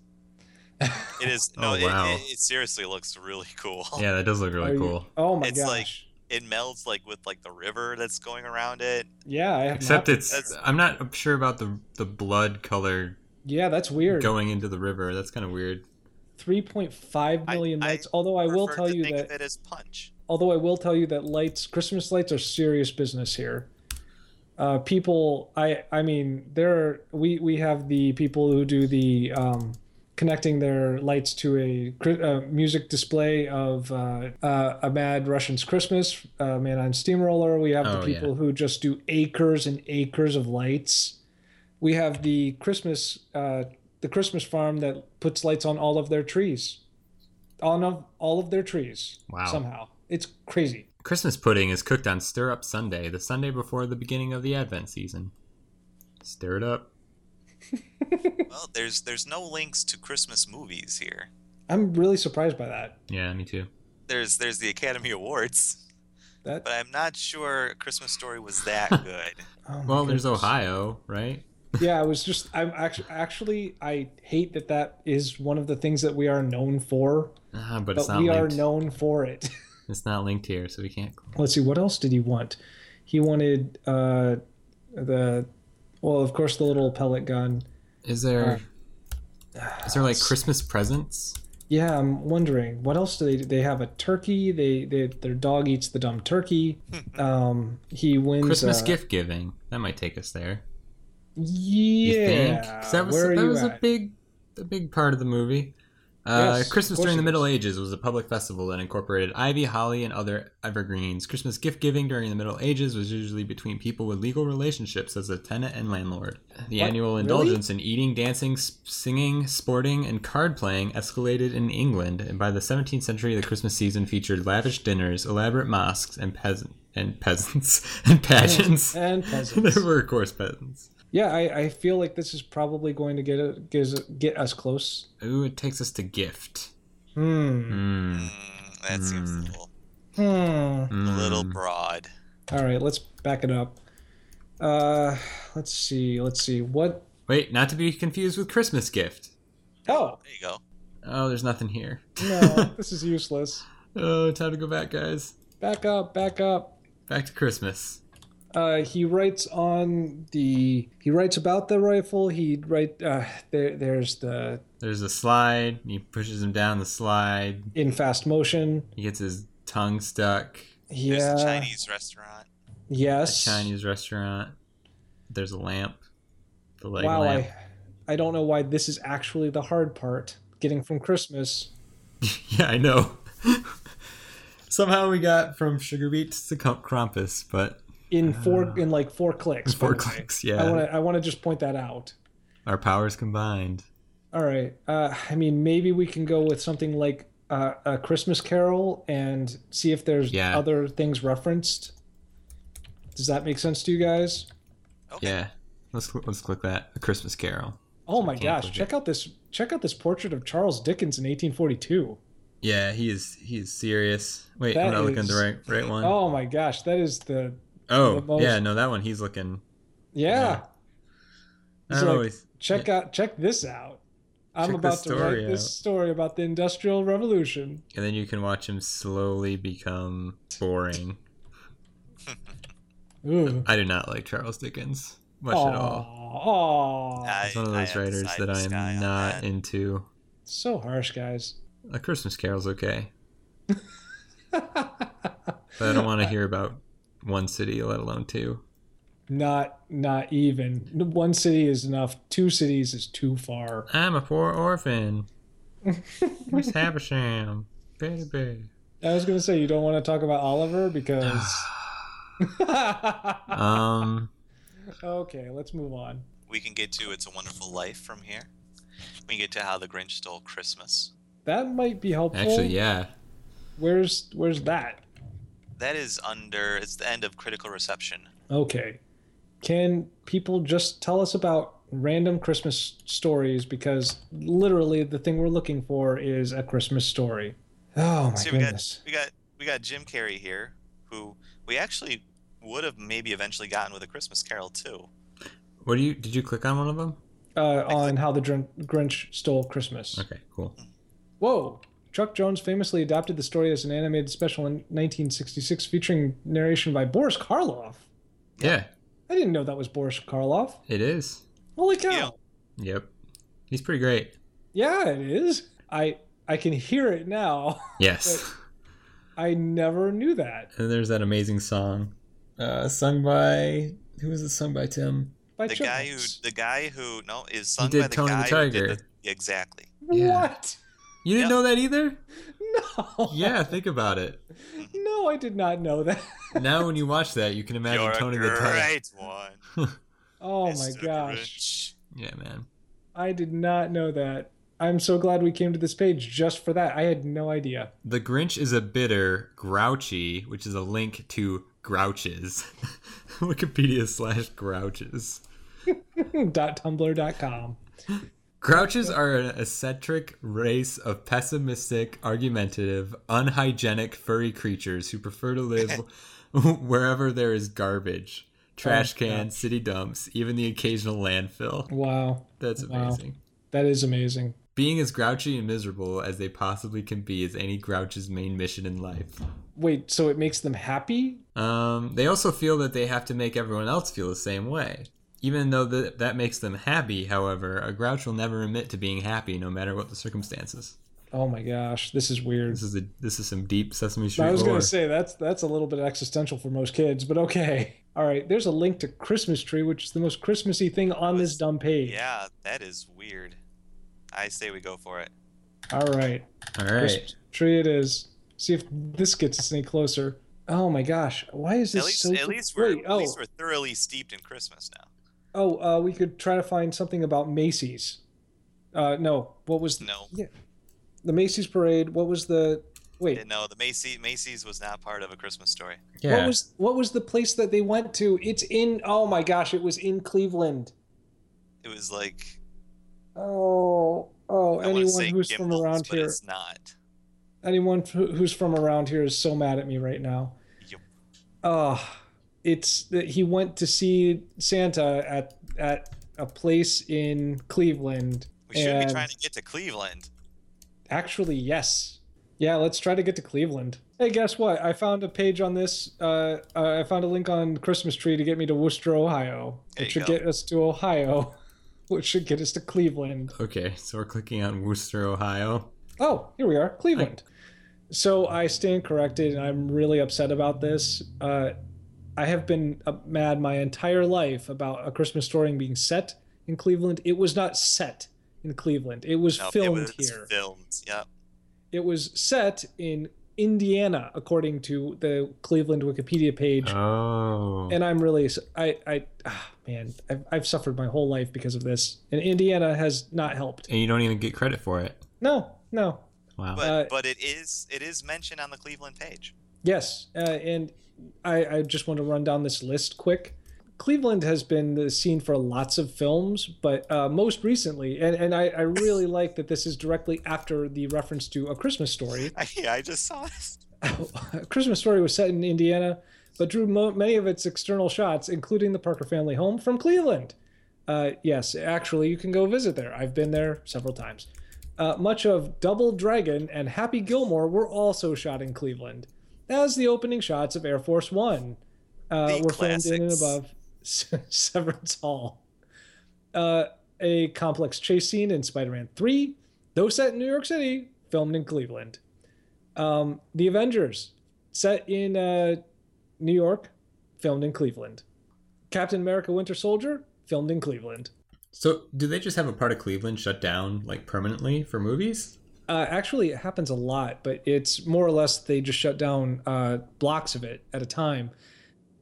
[SPEAKER 3] It
[SPEAKER 1] *laughs*
[SPEAKER 3] is no,
[SPEAKER 2] Oh,
[SPEAKER 3] it-
[SPEAKER 2] wow.
[SPEAKER 3] it, it, seriously looks really *laughs* cool.
[SPEAKER 2] Yeah, that does look
[SPEAKER 1] Are
[SPEAKER 2] really
[SPEAKER 1] you-
[SPEAKER 2] cool.
[SPEAKER 1] oh my
[SPEAKER 3] It's
[SPEAKER 1] gosh!
[SPEAKER 3] like- It melds like with like the river that's going around it.
[SPEAKER 1] yeah, I have
[SPEAKER 2] Except
[SPEAKER 1] not-
[SPEAKER 2] it's
[SPEAKER 3] that's-
[SPEAKER 2] I'm not sure about the the blood color
[SPEAKER 1] yeah, that's weird.
[SPEAKER 2] going into the river. That's kind of weird.
[SPEAKER 1] 3.5
[SPEAKER 3] I-
[SPEAKER 1] million
[SPEAKER 3] I
[SPEAKER 1] lights. Although I will
[SPEAKER 3] prefer
[SPEAKER 1] tell
[SPEAKER 3] to
[SPEAKER 1] you
[SPEAKER 3] think
[SPEAKER 1] that.
[SPEAKER 3] of it as punch.
[SPEAKER 1] although I will tell you that lights, Christmas lights are serious business here. Uh, people, I, I mean, there are, we, we have the people who do the um, connecting their lights to a cri- uh, music display of uh, uh, a Mad Russian's Christmas, uh, Man on Steamroller. We have
[SPEAKER 2] Oh,
[SPEAKER 1] the
[SPEAKER 2] yeah.
[SPEAKER 1] people who just do acres and acres of lights. We have the Christmas, uh, the Christmas farm that puts lights on all of their trees, on of all of their trees
[SPEAKER 2] Wow.
[SPEAKER 1] somehow. It's crazy.
[SPEAKER 2] Christmas pudding is cooked on Stir Up Sunday, the Sunday before the beginning of the Advent season. Stir it up.
[SPEAKER 3] Well, there's there's no links to Christmas movies here.
[SPEAKER 1] I'm really surprised by that.
[SPEAKER 2] Yeah, me too.
[SPEAKER 3] There's there's the Academy Awards,
[SPEAKER 1] That
[SPEAKER 3] but I'm not sure Christmas Story
[SPEAKER 1] *laughs*
[SPEAKER 3] was that good.
[SPEAKER 1] oh my
[SPEAKER 2] Well, there's
[SPEAKER 1] goodness.
[SPEAKER 2] Ohio, right?
[SPEAKER 1] yeah, I was just I'm actually actually I hate that that is one of the things that we are known for,
[SPEAKER 2] Ah, but,
[SPEAKER 1] but
[SPEAKER 2] it's not
[SPEAKER 1] we are
[SPEAKER 2] linked.
[SPEAKER 1] known for it. *laughs*
[SPEAKER 2] It's not linked here, so we can't.
[SPEAKER 1] Let's see what else did he want? He wanted uh the well, of course the little pellet gun.
[SPEAKER 2] Is there? Is there like Christmas presents?
[SPEAKER 1] Yeah, I'm wondering what else do they they have a turkey? They they their dog eats the dumb turkey. Um he wins
[SPEAKER 2] Christmas
[SPEAKER 1] uh,
[SPEAKER 2] gift giving. That might take us there.
[SPEAKER 1] Yeah.
[SPEAKER 2] You think? 'Cause That was,
[SPEAKER 1] Where are
[SPEAKER 2] that
[SPEAKER 1] you
[SPEAKER 2] was a
[SPEAKER 1] at?
[SPEAKER 2] big, a big part of the movie. Uh,
[SPEAKER 1] Yes, of
[SPEAKER 2] Christmas
[SPEAKER 1] course
[SPEAKER 2] during the
[SPEAKER 1] it
[SPEAKER 2] Middle
[SPEAKER 1] is.
[SPEAKER 2] Ages was a public festival that incorporated ivy, holly, and other evergreens. Christmas gift giving during the Middle Ages was usually between people with legal relationships as a tenant and landlord. The
[SPEAKER 1] What?
[SPEAKER 2] annual
[SPEAKER 1] Really?
[SPEAKER 2] indulgence in eating, dancing, s- singing, sporting, and card playing escalated in England, and by the 17th century, the Christmas season featured lavish dinners, elaborate mosques, and peasant and peasants *laughs* and
[SPEAKER 1] *laughs*
[SPEAKER 2] pageants.
[SPEAKER 1] and
[SPEAKER 2] *laughs*
[SPEAKER 1] peasants.
[SPEAKER 2] there were, of course, peasants.
[SPEAKER 1] Yeah, I, I feel like this is probably going to get a, get, us- get us close.
[SPEAKER 2] Ooh, it takes us to gift.
[SPEAKER 1] Hmm.
[SPEAKER 2] Mm,
[SPEAKER 3] Mm, that seems a
[SPEAKER 2] Mm.
[SPEAKER 3] little,
[SPEAKER 1] Hmm. All
[SPEAKER 3] a
[SPEAKER 2] mm.
[SPEAKER 3] little broad.
[SPEAKER 1] right, let's back it up. Uh, let's see. Let's see. What?
[SPEAKER 2] Wait, not to be confused with Christmas gift.
[SPEAKER 1] Oh
[SPEAKER 3] There you go.
[SPEAKER 2] Oh, there's nothing here. *laughs*
[SPEAKER 1] no, this is useless.
[SPEAKER 2] Oh, time to go back, guys.
[SPEAKER 1] Back up. Back up.
[SPEAKER 2] Back to Christmas.
[SPEAKER 1] Uh, he writes on the. He writes about the rifle. He write. Uh, there. There's the
[SPEAKER 2] There's a slide. He pushes him down the slide.
[SPEAKER 1] in fast motion.
[SPEAKER 2] He gets his tongue stuck.
[SPEAKER 1] Yeah.
[SPEAKER 3] There's a Chinese restaurant.
[SPEAKER 2] A
[SPEAKER 1] Yes.
[SPEAKER 2] Chinese restaurant. There's a lamp. The leg
[SPEAKER 1] Wow.
[SPEAKER 2] lamp. *laughs*
[SPEAKER 1] I, I don't know why this is actually the hard part. Getting from Christmas.
[SPEAKER 2] yeah, I know. *laughs* Somehow we got from sugar beet to Kr- Krampus, but
[SPEAKER 1] in four
[SPEAKER 2] Ah.
[SPEAKER 1] in like four clicks. by
[SPEAKER 2] four
[SPEAKER 1] the way.
[SPEAKER 2] clicks.
[SPEAKER 1] I
[SPEAKER 2] Yeah,
[SPEAKER 1] want to I want to just point that out.
[SPEAKER 2] our powers combined.
[SPEAKER 1] All right. Uh, I mean, maybe we can go with something like uh, a Christmas Carol and see if there's
[SPEAKER 2] Yeah.
[SPEAKER 1] other things referenced. Does that make sense to you guys?
[SPEAKER 3] Okay.
[SPEAKER 2] Yeah, let's cl- let's click that. A Christmas Carol.
[SPEAKER 1] Oh my
[SPEAKER 2] can't
[SPEAKER 1] gosh!
[SPEAKER 2] click it.
[SPEAKER 1] Check out this check out this portrait of Charles Dickens in 1842.
[SPEAKER 2] Yeah, he is he is serious. Wait,
[SPEAKER 1] That
[SPEAKER 2] I'm not looking at the
[SPEAKER 1] is-
[SPEAKER 2] right right one. Oh,
[SPEAKER 1] Oh my gosh! That is the the most-
[SPEAKER 2] yeah, no, that one he's looking.
[SPEAKER 1] yeah.
[SPEAKER 2] Yeah.
[SPEAKER 1] He's
[SPEAKER 2] I don't
[SPEAKER 1] like,
[SPEAKER 2] always
[SPEAKER 1] Check out check this out. I'm
[SPEAKER 2] Check
[SPEAKER 1] about
[SPEAKER 2] this
[SPEAKER 1] to write
[SPEAKER 2] story
[SPEAKER 1] this
[SPEAKER 2] out.
[SPEAKER 1] story about the Industrial Revolution.
[SPEAKER 2] and then you can watch him slowly become boring.
[SPEAKER 1] Ooh.
[SPEAKER 2] I do *laughs* not like Charles Dickens much at all.
[SPEAKER 1] Aw, aw.
[SPEAKER 3] I-
[SPEAKER 2] He's one of
[SPEAKER 3] I
[SPEAKER 2] those
[SPEAKER 3] have to
[SPEAKER 2] writers
[SPEAKER 3] side
[SPEAKER 2] that
[SPEAKER 3] with
[SPEAKER 2] I
[SPEAKER 3] Sky
[SPEAKER 2] am
[SPEAKER 3] on
[SPEAKER 2] not
[SPEAKER 3] that.
[SPEAKER 2] into.
[SPEAKER 1] So harsh, guys. *laughs*
[SPEAKER 2] A Christmas Carol's okay, but I don't want to hear about one city, let alone two.
[SPEAKER 1] not not even. One city is enough. Two cities is too far.
[SPEAKER 2] I'm a poor orphan.
[SPEAKER 1] *laughs*
[SPEAKER 2] Miss Havisham, baby.
[SPEAKER 1] I was gonna say you don't want to talk about Oliver
[SPEAKER 2] *sighs*
[SPEAKER 1] because. *laughs*
[SPEAKER 2] Um,
[SPEAKER 1] okay, let's move on.
[SPEAKER 3] We can get to It's a Wonderful Life from here. We can get to How the Grinch Stole Christmas.
[SPEAKER 1] That might be helpful.
[SPEAKER 2] actually, yeah.
[SPEAKER 1] Where's where's that?
[SPEAKER 3] That is under. It's the end of critical reception.
[SPEAKER 1] Okay. Can people just tell us about random Christmas stories? Because literally, the thing we're looking for is a Christmas story. Oh my
[SPEAKER 3] See, we got-
[SPEAKER 1] goodness.
[SPEAKER 3] We got we got Jim Carrey here, who we actually would have maybe eventually gotten with a Christmas Carol too.
[SPEAKER 2] What do you did you click on one of them?
[SPEAKER 1] uh, on how the Drin- Grinch stole Christmas.
[SPEAKER 2] Okay, cool.
[SPEAKER 1] Whoa! Chuck Jones famously adapted the story as an animated special in 1966, featuring narration by Boris Karloff.
[SPEAKER 2] Yeah,
[SPEAKER 1] I didn't know that was Boris Karloff.
[SPEAKER 2] it is.
[SPEAKER 1] Holy cow!
[SPEAKER 3] Yeah.
[SPEAKER 2] Yep. He's pretty great.
[SPEAKER 1] Yeah, it is. I I can hear it now. *laughs*
[SPEAKER 2] Yes.
[SPEAKER 1] I never knew that.
[SPEAKER 2] *laughs* And there's that amazing song. Uh sung by who was it sung by Tim?
[SPEAKER 1] By
[SPEAKER 3] The
[SPEAKER 1] Chuck
[SPEAKER 3] guy who
[SPEAKER 1] Jones.
[SPEAKER 3] the guy who no is sung
[SPEAKER 2] did
[SPEAKER 3] by the
[SPEAKER 2] Tony the
[SPEAKER 3] guy who
[SPEAKER 2] Tiger.
[SPEAKER 3] did the, exactly.
[SPEAKER 2] yeah.
[SPEAKER 1] What? *laughs*
[SPEAKER 2] You didn't
[SPEAKER 3] Yep.
[SPEAKER 2] know that
[SPEAKER 3] *laughs*
[SPEAKER 2] either?
[SPEAKER 1] No.
[SPEAKER 2] Yeah, think about it.
[SPEAKER 1] No, I did not know that.
[SPEAKER 2] Now when you watch that you can imagine
[SPEAKER 3] You're
[SPEAKER 2] Tony
[SPEAKER 3] a
[SPEAKER 2] the Tiger.
[SPEAKER 3] great one.
[SPEAKER 1] Oh my
[SPEAKER 3] Mr.
[SPEAKER 1] gosh.
[SPEAKER 3] Grinch.
[SPEAKER 2] Yeah, man.
[SPEAKER 1] I did not know that. I'm so glad we came to this page just for that. I had no idea. *laughs*
[SPEAKER 2] The Grinch is a bitter, grouchy, which is a link to grouches. *laughs* Wikipedia slash grouches.
[SPEAKER 1] .tumblr.com.
[SPEAKER 2] Grouches are an eccentric race of pessimistic, argumentative, unhygienic, furry creatures who prefer to live *laughs* wherever there is garbage, trash
[SPEAKER 1] Oh, yeah.
[SPEAKER 2] cans, city dumps, even the occasional landfill. *laughs*
[SPEAKER 1] Wow.
[SPEAKER 2] That's
[SPEAKER 1] Wow.
[SPEAKER 2] amazing.
[SPEAKER 1] That is amazing.
[SPEAKER 2] Being as grouchy and miserable as they possibly can be is any grouch's main mission in life.
[SPEAKER 1] Wait, so it makes them happy?
[SPEAKER 2] Um, they also feel that they have to make everyone else feel the same way. Even though that that makes them happy, however, a grouch will never admit to being happy no matter what the circumstances.
[SPEAKER 1] Oh my gosh, this is weird.
[SPEAKER 2] This is a this is some deep Sesame Street
[SPEAKER 1] I was going
[SPEAKER 2] lore.
[SPEAKER 1] to say that's that's a little bit existential for most kids, but okay. *laughs* All right, there's a link to Christmas tree, which is the most Christmassy thing on this dumb page.
[SPEAKER 3] Yeah, that is weird. I say we go for it.
[SPEAKER 1] All right.
[SPEAKER 2] All right.
[SPEAKER 1] Christmas tree it is. See if this gets us any closer. Oh my gosh, why is this
[SPEAKER 3] At least,
[SPEAKER 1] so?
[SPEAKER 3] at least we're
[SPEAKER 1] Wait,
[SPEAKER 3] at
[SPEAKER 1] oh,
[SPEAKER 3] least we're thoroughly steeped in Christmas now.
[SPEAKER 1] oh, uh, we could try to find something about Macy's. Uh, no, what was the,
[SPEAKER 3] No,
[SPEAKER 1] the Macy's parade? What was the wait?
[SPEAKER 3] no, the Macy Macy's was not part of a Christmas story.
[SPEAKER 2] Yeah.
[SPEAKER 1] What was what was the place that they went to? It's in oh my gosh, it was in Cleveland.
[SPEAKER 3] It was like
[SPEAKER 1] Oh oh,
[SPEAKER 3] I want to
[SPEAKER 1] anyone
[SPEAKER 3] say
[SPEAKER 1] who's from
[SPEAKER 3] Gimbals,
[SPEAKER 1] around
[SPEAKER 3] but
[SPEAKER 1] here,
[SPEAKER 3] it's not.
[SPEAKER 1] anyone who- who's from around here is so mad at me right now.
[SPEAKER 3] Yup.
[SPEAKER 1] Oh, it's that he went to see Santa at at a place in Cleveland.
[SPEAKER 3] We should
[SPEAKER 1] And-
[SPEAKER 3] be trying to get to Cleveland.
[SPEAKER 1] Actually, yes. Yeah, let's try to get to Cleveland. Hey, guess what? I found a page on this. Uh, uh, I found a link on Christmas Tree to get me to Worcester, Ohio. It
[SPEAKER 3] There you
[SPEAKER 1] should
[SPEAKER 3] go.
[SPEAKER 1] get us to Ohio, *laughs* which should get us to Cleveland.
[SPEAKER 2] Okay, so we're clicking on Worcester, Ohio.
[SPEAKER 1] Oh, here we are, Cleveland. So I stand corrected, and I'm really upset about this. Uh, I have been uh, mad my entire life about a Christmas story being set in Cleveland. It was not set in Cleveland. It was
[SPEAKER 3] No,
[SPEAKER 1] filmed
[SPEAKER 3] it was
[SPEAKER 1] here.
[SPEAKER 3] filmed. Yep.
[SPEAKER 1] It was set in Indiana, according to the Cleveland Wikipedia page.
[SPEAKER 2] Oh.
[SPEAKER 1] and I'm really, I, I, ah, man, I've, I've suffered my whole life because of this. And Indiana has not helped.
[SPEAKER 2] And you don't even get credit for it.
[SPEAKER 1] No, no.
[SPEAKER 2] Wow.
[SPEAKER 3] But
[SPEAKER 1] Uh,
[SPEAKER 3] but it is it is mentioned on the Cleveland page. *laughs*
[SPEAKER 1] Yes. Uh, and I, I just want to run down this list quick. Cleveland has been the scene for lots of films, but uh, most recently, and, and I, I really like that this is directly after the reference to A Christmas Story.
[SPEAKER 3] I, yeah, I just saw this.
[SPEAKER 1] *laughs* A Christmas Story was set in Indiana, but drew mo- many of its external shots, including the Parker family home from Cleveland. Uh, yes, actually, you can go visit there. I've been there several times. Uh, much of Double Dragon and Happy Gilmore were also shot in Cleveland, as the opening shots of Air Force One uh,
[SPEAKER 3] The
[SPEAKER 1] were filmed in and
[SPEAKER 3] classics.
[SPEAKER 1] above *laughs* Severance Hall. Uh, a complex chase scene in Spider Man 3, though set in New York City, filmed in Cleveland. Um, the Avengers, set in uh, New York, filmed in Cleveland. Captain America Winter Soldier, filmed in Cleveland.
[SPEAKER 2] so, do they just have a part of Cleveland shut down like permanently for movies?
[SPEAKER 1] Uh, actually, it happens a lot, but it's more or less they just shut down uh, blocks of it at a time.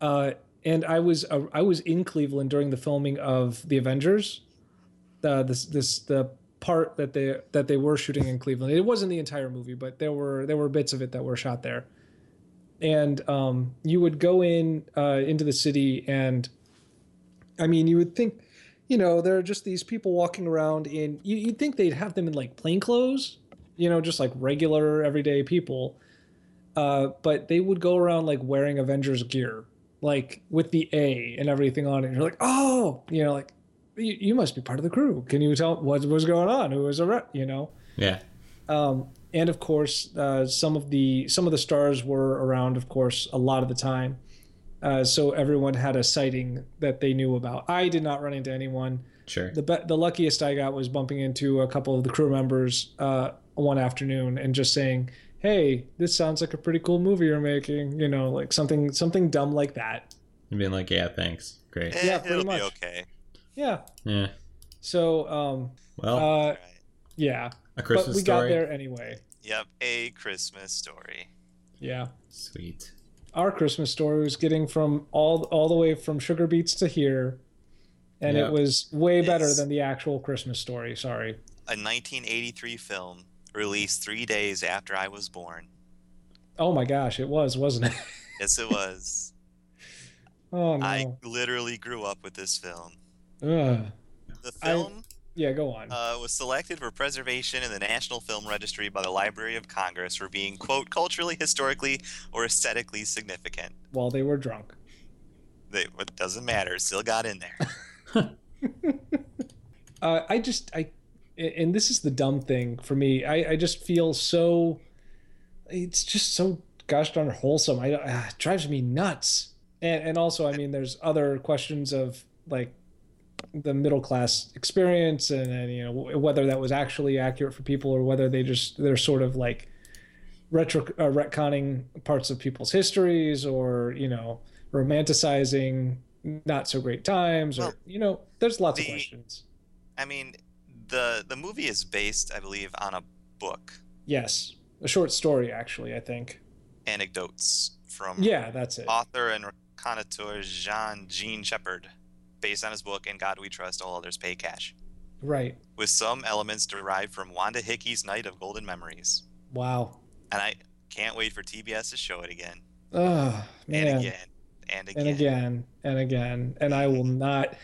[SPEAKER 1] Uh, and I was uh, I was in Cleveland during the filming of the Avengers, uh, this this the part that they that they were shooting in Cleveland. It wasn't the entire movie, but there were there were bits of it that were shot there. And um, you would go in uh, into the city, and I mean, you would think you know, there are just these people walking around in, you, you'd think they'd have them in like plain clothes, you know, just like regular everyday people. Uh, but they would go around like wearing Avengers gear, like with the A and everything on it. And you're like, oh, you know, like you, you must be part of the crew. Can you tell what was going on? Who was around? You know,
[SPEAKER 2] Yeah.
[SPEAKER 1] um, and of course, uh, some of the some of the stars were around, of course, a lot of the time. Uh, so everyone had a sighting that they knew about. I did not run into anyone
[SPEAKER 2] Sure.
[SPEAKER 1] the be- the luckiest I got was bumping into a couple of the crew members uh, one afternoon and just saying, "Hey, this sounds like a pretty cool movie you're making," you know, like something something dumb like that.
[SPEAKER 2] And being like, yeah, thanks. Great.
[SPEAKER 3] Eh,
[SPEAKER 1] Yeah, pretty
[SPEAKER 3] *laughs* it'll
[SPEAKER 1] much.
[SPEAKER 3] be okay.
[SPEAKER 1] Yeah.
[SPEAKER 2] Yeah.
[SPEAKER 1] So, um,
[SPEAKER 2] Well,
[SPEAKER 3] All
[SPEAKER 1] uh,
[SPEAKER 3] right.
[SPEAKER 1] yeah,
[SPEAKER 2] a
[SPEAKER 1] but
[SPEAKER 2] Christmas
[SPEAKER 1] we got
[SPEAKER 2] story.
[SPEAKER 1] there anyway.
[SPEAKER 3] Yep, a Christmas story.
[SPEAKER 1] Yeah.
[SPEAKER 2] Sweet.
[SPEAKER 1] Our Christmas story was getting from all all the way from sugar beets to here, and
[SPEAKER 2] Yeah.
[SPEAKER 1] it was way better
[SPEAKER 3] It's-
[SPEAKER 1] than the actual Christmas story. Sorry.
[SPEAKER 3] a 1983 film released three days after I was born.
[SPEAKER 1] Oh my gosh, it was, wasn't it? *laughs*
[SPEAKER 3] Yes, it was.
[SPEAKER 1] Oh
[SPEAKER 3] I
[SPEAKER 1] no.
[SPEAKER 3] literally grew up with this film.
[SPEAKER 1] Ugh.
[SPEAKER 3] The
[SPEAKER 1] I-
[SPEAKER 3] film
[SPEAKER 1] Yeah, go on.
[SPEAKER 3] uh, was selected for preservation in the National Film Registry by the Library of Congress for being, quote, culturally, historically, or aesthetically significant.
[SPEAKER 1] While they were drunk.
[SPEAKER 3] They, it doesn't matter. It still got in
[SPEAKER 1] *laughs*
[SPEAKER 3] there.
[SPEAKER 1] uh, I just I and this is the dumb thing for me. I, I just feel so it's just so gosh darn wholesome. I don't- ah, it drives me nuts. And and also I mean there's other questions of like the middle class experience and, and you know whether that was actually accurate for people or whether they just they're sort of like retro uh, retconning parts of people's histories or you know romanticizing not so great times or
[SPEAKER 3] Well,
[SPEAKER 1] you know there's lots of
[SPEAKER 3] the-
[SPEAKER 1] questions
[SPEAKER 3] I mean, the the movie is based, I believe, on a book,
[SPEAKER 1] Yes, a short story actually. I think.
[SPEAKER 3] anecdotes from
[SPEAKER 1] Yeah, that's it.
[SPEAKER 3] author and reconnaisseur Jean Jean Shepherd, based on his book "In God We Trust, All Others Pay Cash,"
[SPEAKER 1] Right.
[SPEAKER 3] with some elements derived from Wanda Hickey's Night of Golden Memories.
[SPEAKER 1] Wow.
[SPEAKER 3] And I can't wait for TBS to show it again
[SPEAKER 1] Oh man.
[SPEAKER 3] and again and again.
[SPEAKER 1] and again and again and i will not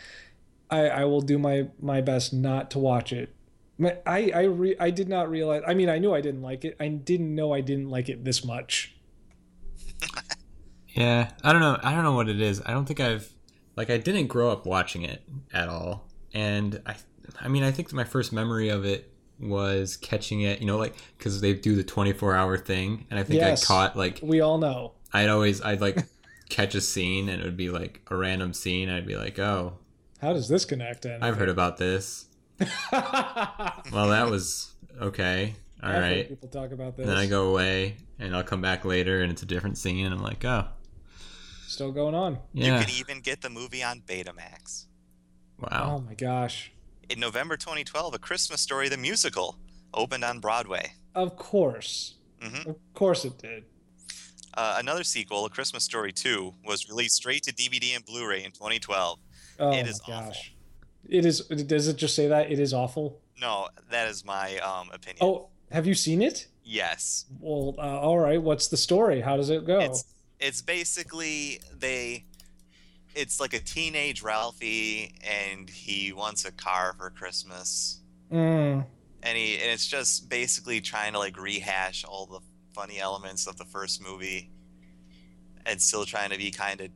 [SPEAKER 1] i i will do my my best not to watch it My- i i re, i did not realize i mean i knew i didn't like it i didn't know i didn't like it this much
[SPEAKER 2] Yeah, I don't know. I don't know what it is. I don't think I've like I didn't grow up watching it at all. And I I mean, I think my first memory of it was catching it, you know, like cuz they do the 24-hour thing and I think
[SPEAKER 1] Yes.
[SPEAKER 2] I caught like
[SPEAKER 1] we all know
[SPEAKER 2] I'd always I'd like *laughs* catch a scene and it would be like a random scene and I'd be like, "Oh,
[SPEAKER 1] how does this connect in *laughs*
[SPEAKER 2] I've heard about this." Well, that was okay. All
[SPEAKER 1] I've heard
[SPEAKER 2] right.
[SPEAKER 1] people talk about this
[SPEAKER 2] And then I go away and I'll come back later and it's a different scene and I'm like, "Oh,
[SPEAKER 1] still going on
[SPEAKER 2] yeah.
[SPEAKER 3] You can e even get the movie on Betamax.
[SPEAKER 1] oh
[SPEAKER 2] wow.
[SPEAKER 1] my gosh
[SPEAKER 3] In November 2012, A Christmas Story the musical opened on Broadway.
[SPEAKER 1] of course
[SPEAKER 3] hmm
[SPEAKER 1] of course it did
[SPEAKER 3] Uh, another sequel, A Christmas Story 2, was released straight to DVD and Blu-ray in 2012.
[SPEAKER 1] Oh
[SPEAKER 3] It is
[SPEAKER 1] my
[SPEAKER 3] awful.
[SPEAKER 1] gosh. It is. Does it just say that it is awful?
[SPEAKER 3] No, that is my um, opinion.
[SPEAKER 1] Oh, have you seen it?
[SPEAKER 3] Yes.
[SPEAKER 1] Well, uh, all right. What's the story? How does it go?
[SPEAKER 3] It's it's basically they it's like a teenage Ralphie and he wants a car for Christmas.
[SPEAKER 1] Mm,
[SPEAKER 3] And he and it's just basically trying to like rehash all the funny elements of the first movie and still trying to be kind of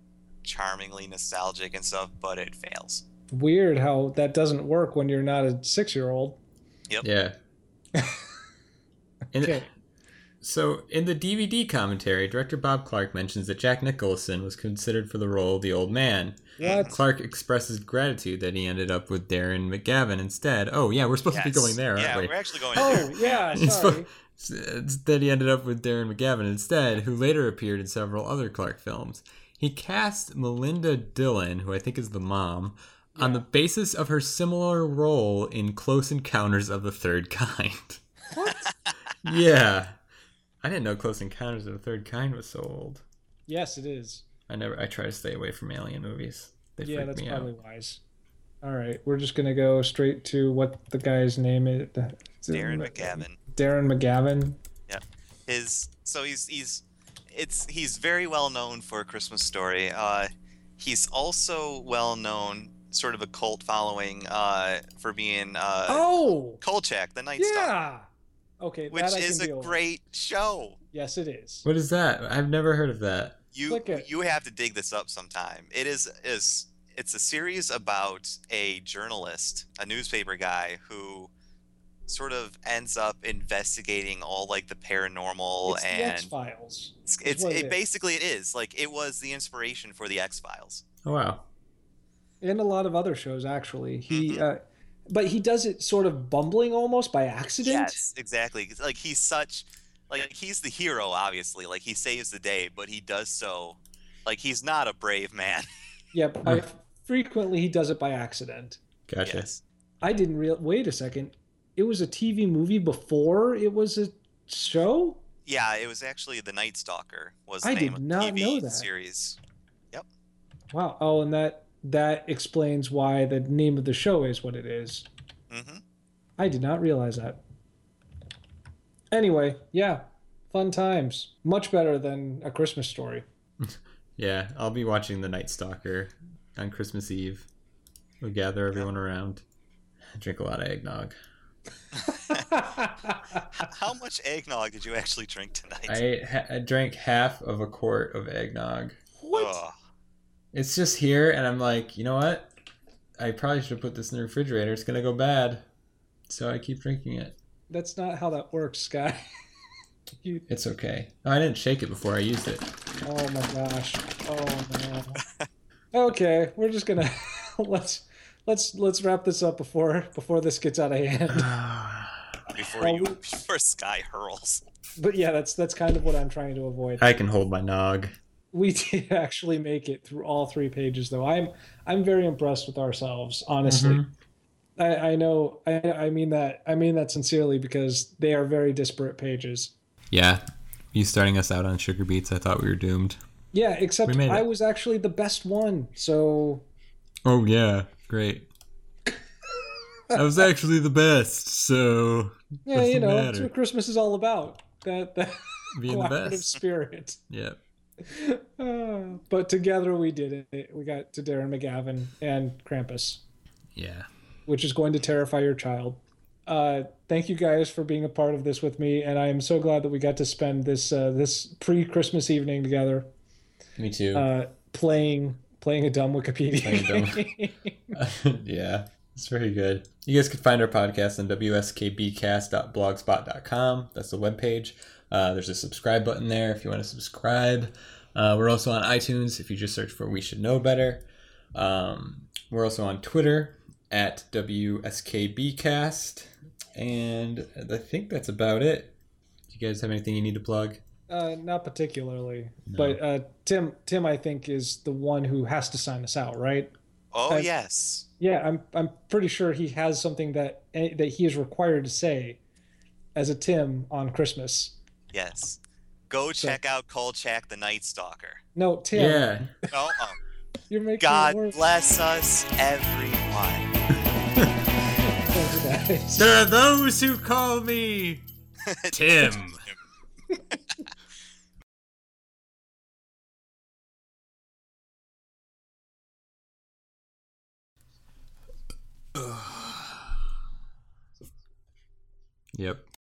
[SPEAKER 3] charmingly nostalgic and stuff, but it fails.
[SPEAKER 1] weird how that doesn't work when you're not a six-year-old.
[SPEAKER 2] Yeah. And-
[SPEAKER 1] Okay.
[SPEAKER 2] So, in the DVD commentary, director Bob Clark mentions that Jack Nicholson was considered for the role of the old man.
[SPEAKER 1] What?
[SPEAKER 2] Clark expresses gratitude that he ended up with Darren McGavin instead. Oh, yeah, we're supposed to be
[SPEAKER 3] Yes.
[SPEAKER 2] going there, aren't
[SPEAKER 3] yeah,
[SPEAKER 2] we?
[SPEAKER 3] are actually going
[SPEAKER 1] Oh
[SPEAKER 3] there.
[SPEAKER 1] yeah.
[SPEAKER 2] *laughs* It's
[SPEAKER 1] Sorry.
[SPEAKER 2] S- it's that he ended up with Darren McGavin instead, who later appeared in several other Clark films. He cast Melinda Dillon, who I think is the mom, on the basis of her similar role in Close Encounters of the Third Kind.
[SPEAKER 1] What?
[SPEAKER 2] yeah. I didn't know Close Encounters of the Third Kind was so old.
[SPEAKER 1] Yes, it is.
[SPEAKER 2] I never. I try to stay away from alien movies. They
[SPEAKER 1] yeah,
[SPEAKER 2] freak
[SPEAKER 1] that's
[SPEAKER 2] me
[SPEAKER 1] probably
[SPEAKER 2] out.
[SPEAKER 1] wise. All right, we're just gonna go straight to what the guy's name is.
[SPEAKER 3] *laughs* Darren McGavin.
[SPEAKER 1] Darren McGavin.
[SPEAKER 3] his so he's he's it's he's very well known for a christmas story uh he's also well known sort of a cult following uh for being uh
[SPEAKER 1] oh.
[SPEAKER 3] kolchak the night star
[SPEAKER 1] Yeah. Okay,
[SPEAKER 3] which
[SPEAKER 1] that I
[SPEAKER 3] is
[SPEAKER 1] can
[SPEAKER 3] a
[SPEAKER 1] deal with.
[SPEAKER 3] great show
[SPEAKER 1] Yes, it is.
[SPEAKER 2] What is that? I've never heard of that.
[SPEAKER 3] you
[SPEAKER 1] Click it.
[SPEAKER 3] you have to dig this up sometime it is is it's a series about a journalist a newspaper guy who sort of ends up investigating all like the paranormal
[SPEAKER 1] It's the
[SPEAKER 3] and
[SPEAKER 1] X Files.
[SPEAKER 3] It's, it's
[SPEAKER 1] what
[SPEAKER 3] it,
[SPEAKER 1] it is.
[SPEAKER 3] basically it is like it was the inspiration for the X Files.
[SPEAKER 2] Oh wow.
[SPEAKER 1] and a lot of other shows actually. He, uh, but he does it sort of bumbling almost by accident.
[SPEAKER 3] exactly. It's Like he's such, like he's the hero, obviously. Like he saves the day, but he does so, like he's not a brave man.
[SPEAKER 1] Yeah, by, frequently he does it by accident.
[SPEAKER 2] Gotcha.
[SPEAKER 3] yes.
[SPEAKER 1] I didn't real. Wait a second, it was a TV movie before it was a show.
[SPEAKER 3] Yeah, it was actually the Night Stalker was the
[SPEAKER 1] I
[SPEAKER 3] name
[SPEAKER 1] did
[SPEAKER 3] of
[SPEAKER 1] not
[SPEAKER 3] the TV
[SPEAKER 1] know that.
[SPEAKER 3] series.
[SPEAKER 1] Wow. Oh, and that that explains why the name of the show is what it is.
[SPEAKER 3] Mm-hmm.
[SPEAKER 1] I did not realize that. Anyway, yeah, fun times. Much better than a Christmas story. *laughs*
[SPEAKER 2] Yeah, I'll be watching The Night Stalker on Christmas Eve. We'll gather everyone around. Drink a lot of eggnog.
[SPEAKER 3] H- How much eggnog did you actually drink tonight?
[SPEAKER 2] I, ate ha- I drank half of a quart of eggnog.
[SPEAKER 1] what?
[SPEAKER 3] Ugh.
[SPEAKER 2] It's just here, and I'm like, you know what? I probably should have put this in the refrigerator. It's going to go bad. So I keep drinking it.
[SPEAKER 1] That's not how that works, Sky. you,
[SPEAKER 2] It's okay. No, I didn't shake it before I used it.
[SPEAKER 1] oh my gosh. Oh
[SPEAKER 2] *laughs*
[SPEAKER 1] man. Okay, we're just gonna *laughs* let's let's let's wrap this up before before this gets out of hand. *laughs*
[SPEAKER 2] I
[SPEAKER 3] Before you, before Sky hurls.
[SPEAKER 1] But yeah, that's that's kind of what I'm trying to avoid.
[SPEAKER 2] can hold my nog.
[SPEAKER 1] we *laughs* did actually make it through all three pages though i'm i'm very impressed with ourselves honestly
[SPEAKER 2] Mhm.
[SPEAKER 1] I, I know I, I mean that i mean that sincerely because they are very disparate pages
[SPEAKER 2] Yeah. You starting us out on sugar beets, I thought we were doomed.
[SPEAKER 1] yeah except
[SPEAKER 2] We made
[SPEAKER 1] i
[SPEAKER 2] it.
[SPEAKER 1] was actually the best one so
[SPEAKER 2] Oh, yeah. Great. I was actually the best, so
[SPEAKER 1] yeah
[SPEAKER 2] Doesn't
[SPEAKER 1] you know that's
[SPEAKER 2] matter.
[SPEAKER 1] what christmas is all about that that
[SPEAKER 2] being the
[SPEAKER 1] cooperative
[SPEAKER 2] best.
[SPEAKER 1] spirit
[SPEAKER 2] Yep.
[SPEAKER 1] Uh, *sighs* but together we did it we got to darren mcgavin and krampus
[SPEAKER 2] Yeah.
[SPEAKER 1] which is going to terrify your child. Uh, thank you guys for being a part of this with me, and I am so glad that we got to spend this uh, this pre Christmas evening together,
[SPEAKER 2] Me too.
[SPEAKER 1] uh, playing playing a dumb Wikipedia.
[SPEAKER 2] Playing dumb. *laughs* yeah, it's very good. You guys can find our podcast on wskbcast.blogspot.com. That's the webpage. Uh, there's a subscribe button there if you want to subscribe. Uh, we're also on iTunes if you just search for We Should Know Better. Um, we're also on Twitter at WSKBcast. And I think that's about it. Do you guys have anything you need to plug?
[SPEAKER 1] *laughs* uh, not particularly, but uh, Tim Tim I think is the one who has to sign us out, right?
[SPEAKER 3] Oh
[SPEAKER 1] I-
[SPEAKER 3] yes.
[SPEAKER 1] Yeah, I'm I'm pretty sure he has something that eh, that he is required to say as a Tim on Christmas.
[SPEAKER 3] Yes. Go
[SPEAKER 1] So-
[SPEAKER 3] check out Kolchak the Night Stalker.
[SPEAKER 1] No, Tim,
[SPEAKER 2] yeah.
[SPEAKER 3] Oh, oh.
[SPEAKER 1] you're making
[SPEAKER 3] God
[SPEAKER 1] it worse.
[SPEAKER 3] bless us, everyone.
[SPEAKER 1] Thanks,
[SPEAKER 3] *laughs*
[SPEAKER 1] guys.
[SPEAKER 2] There are those who call me Tim. yep.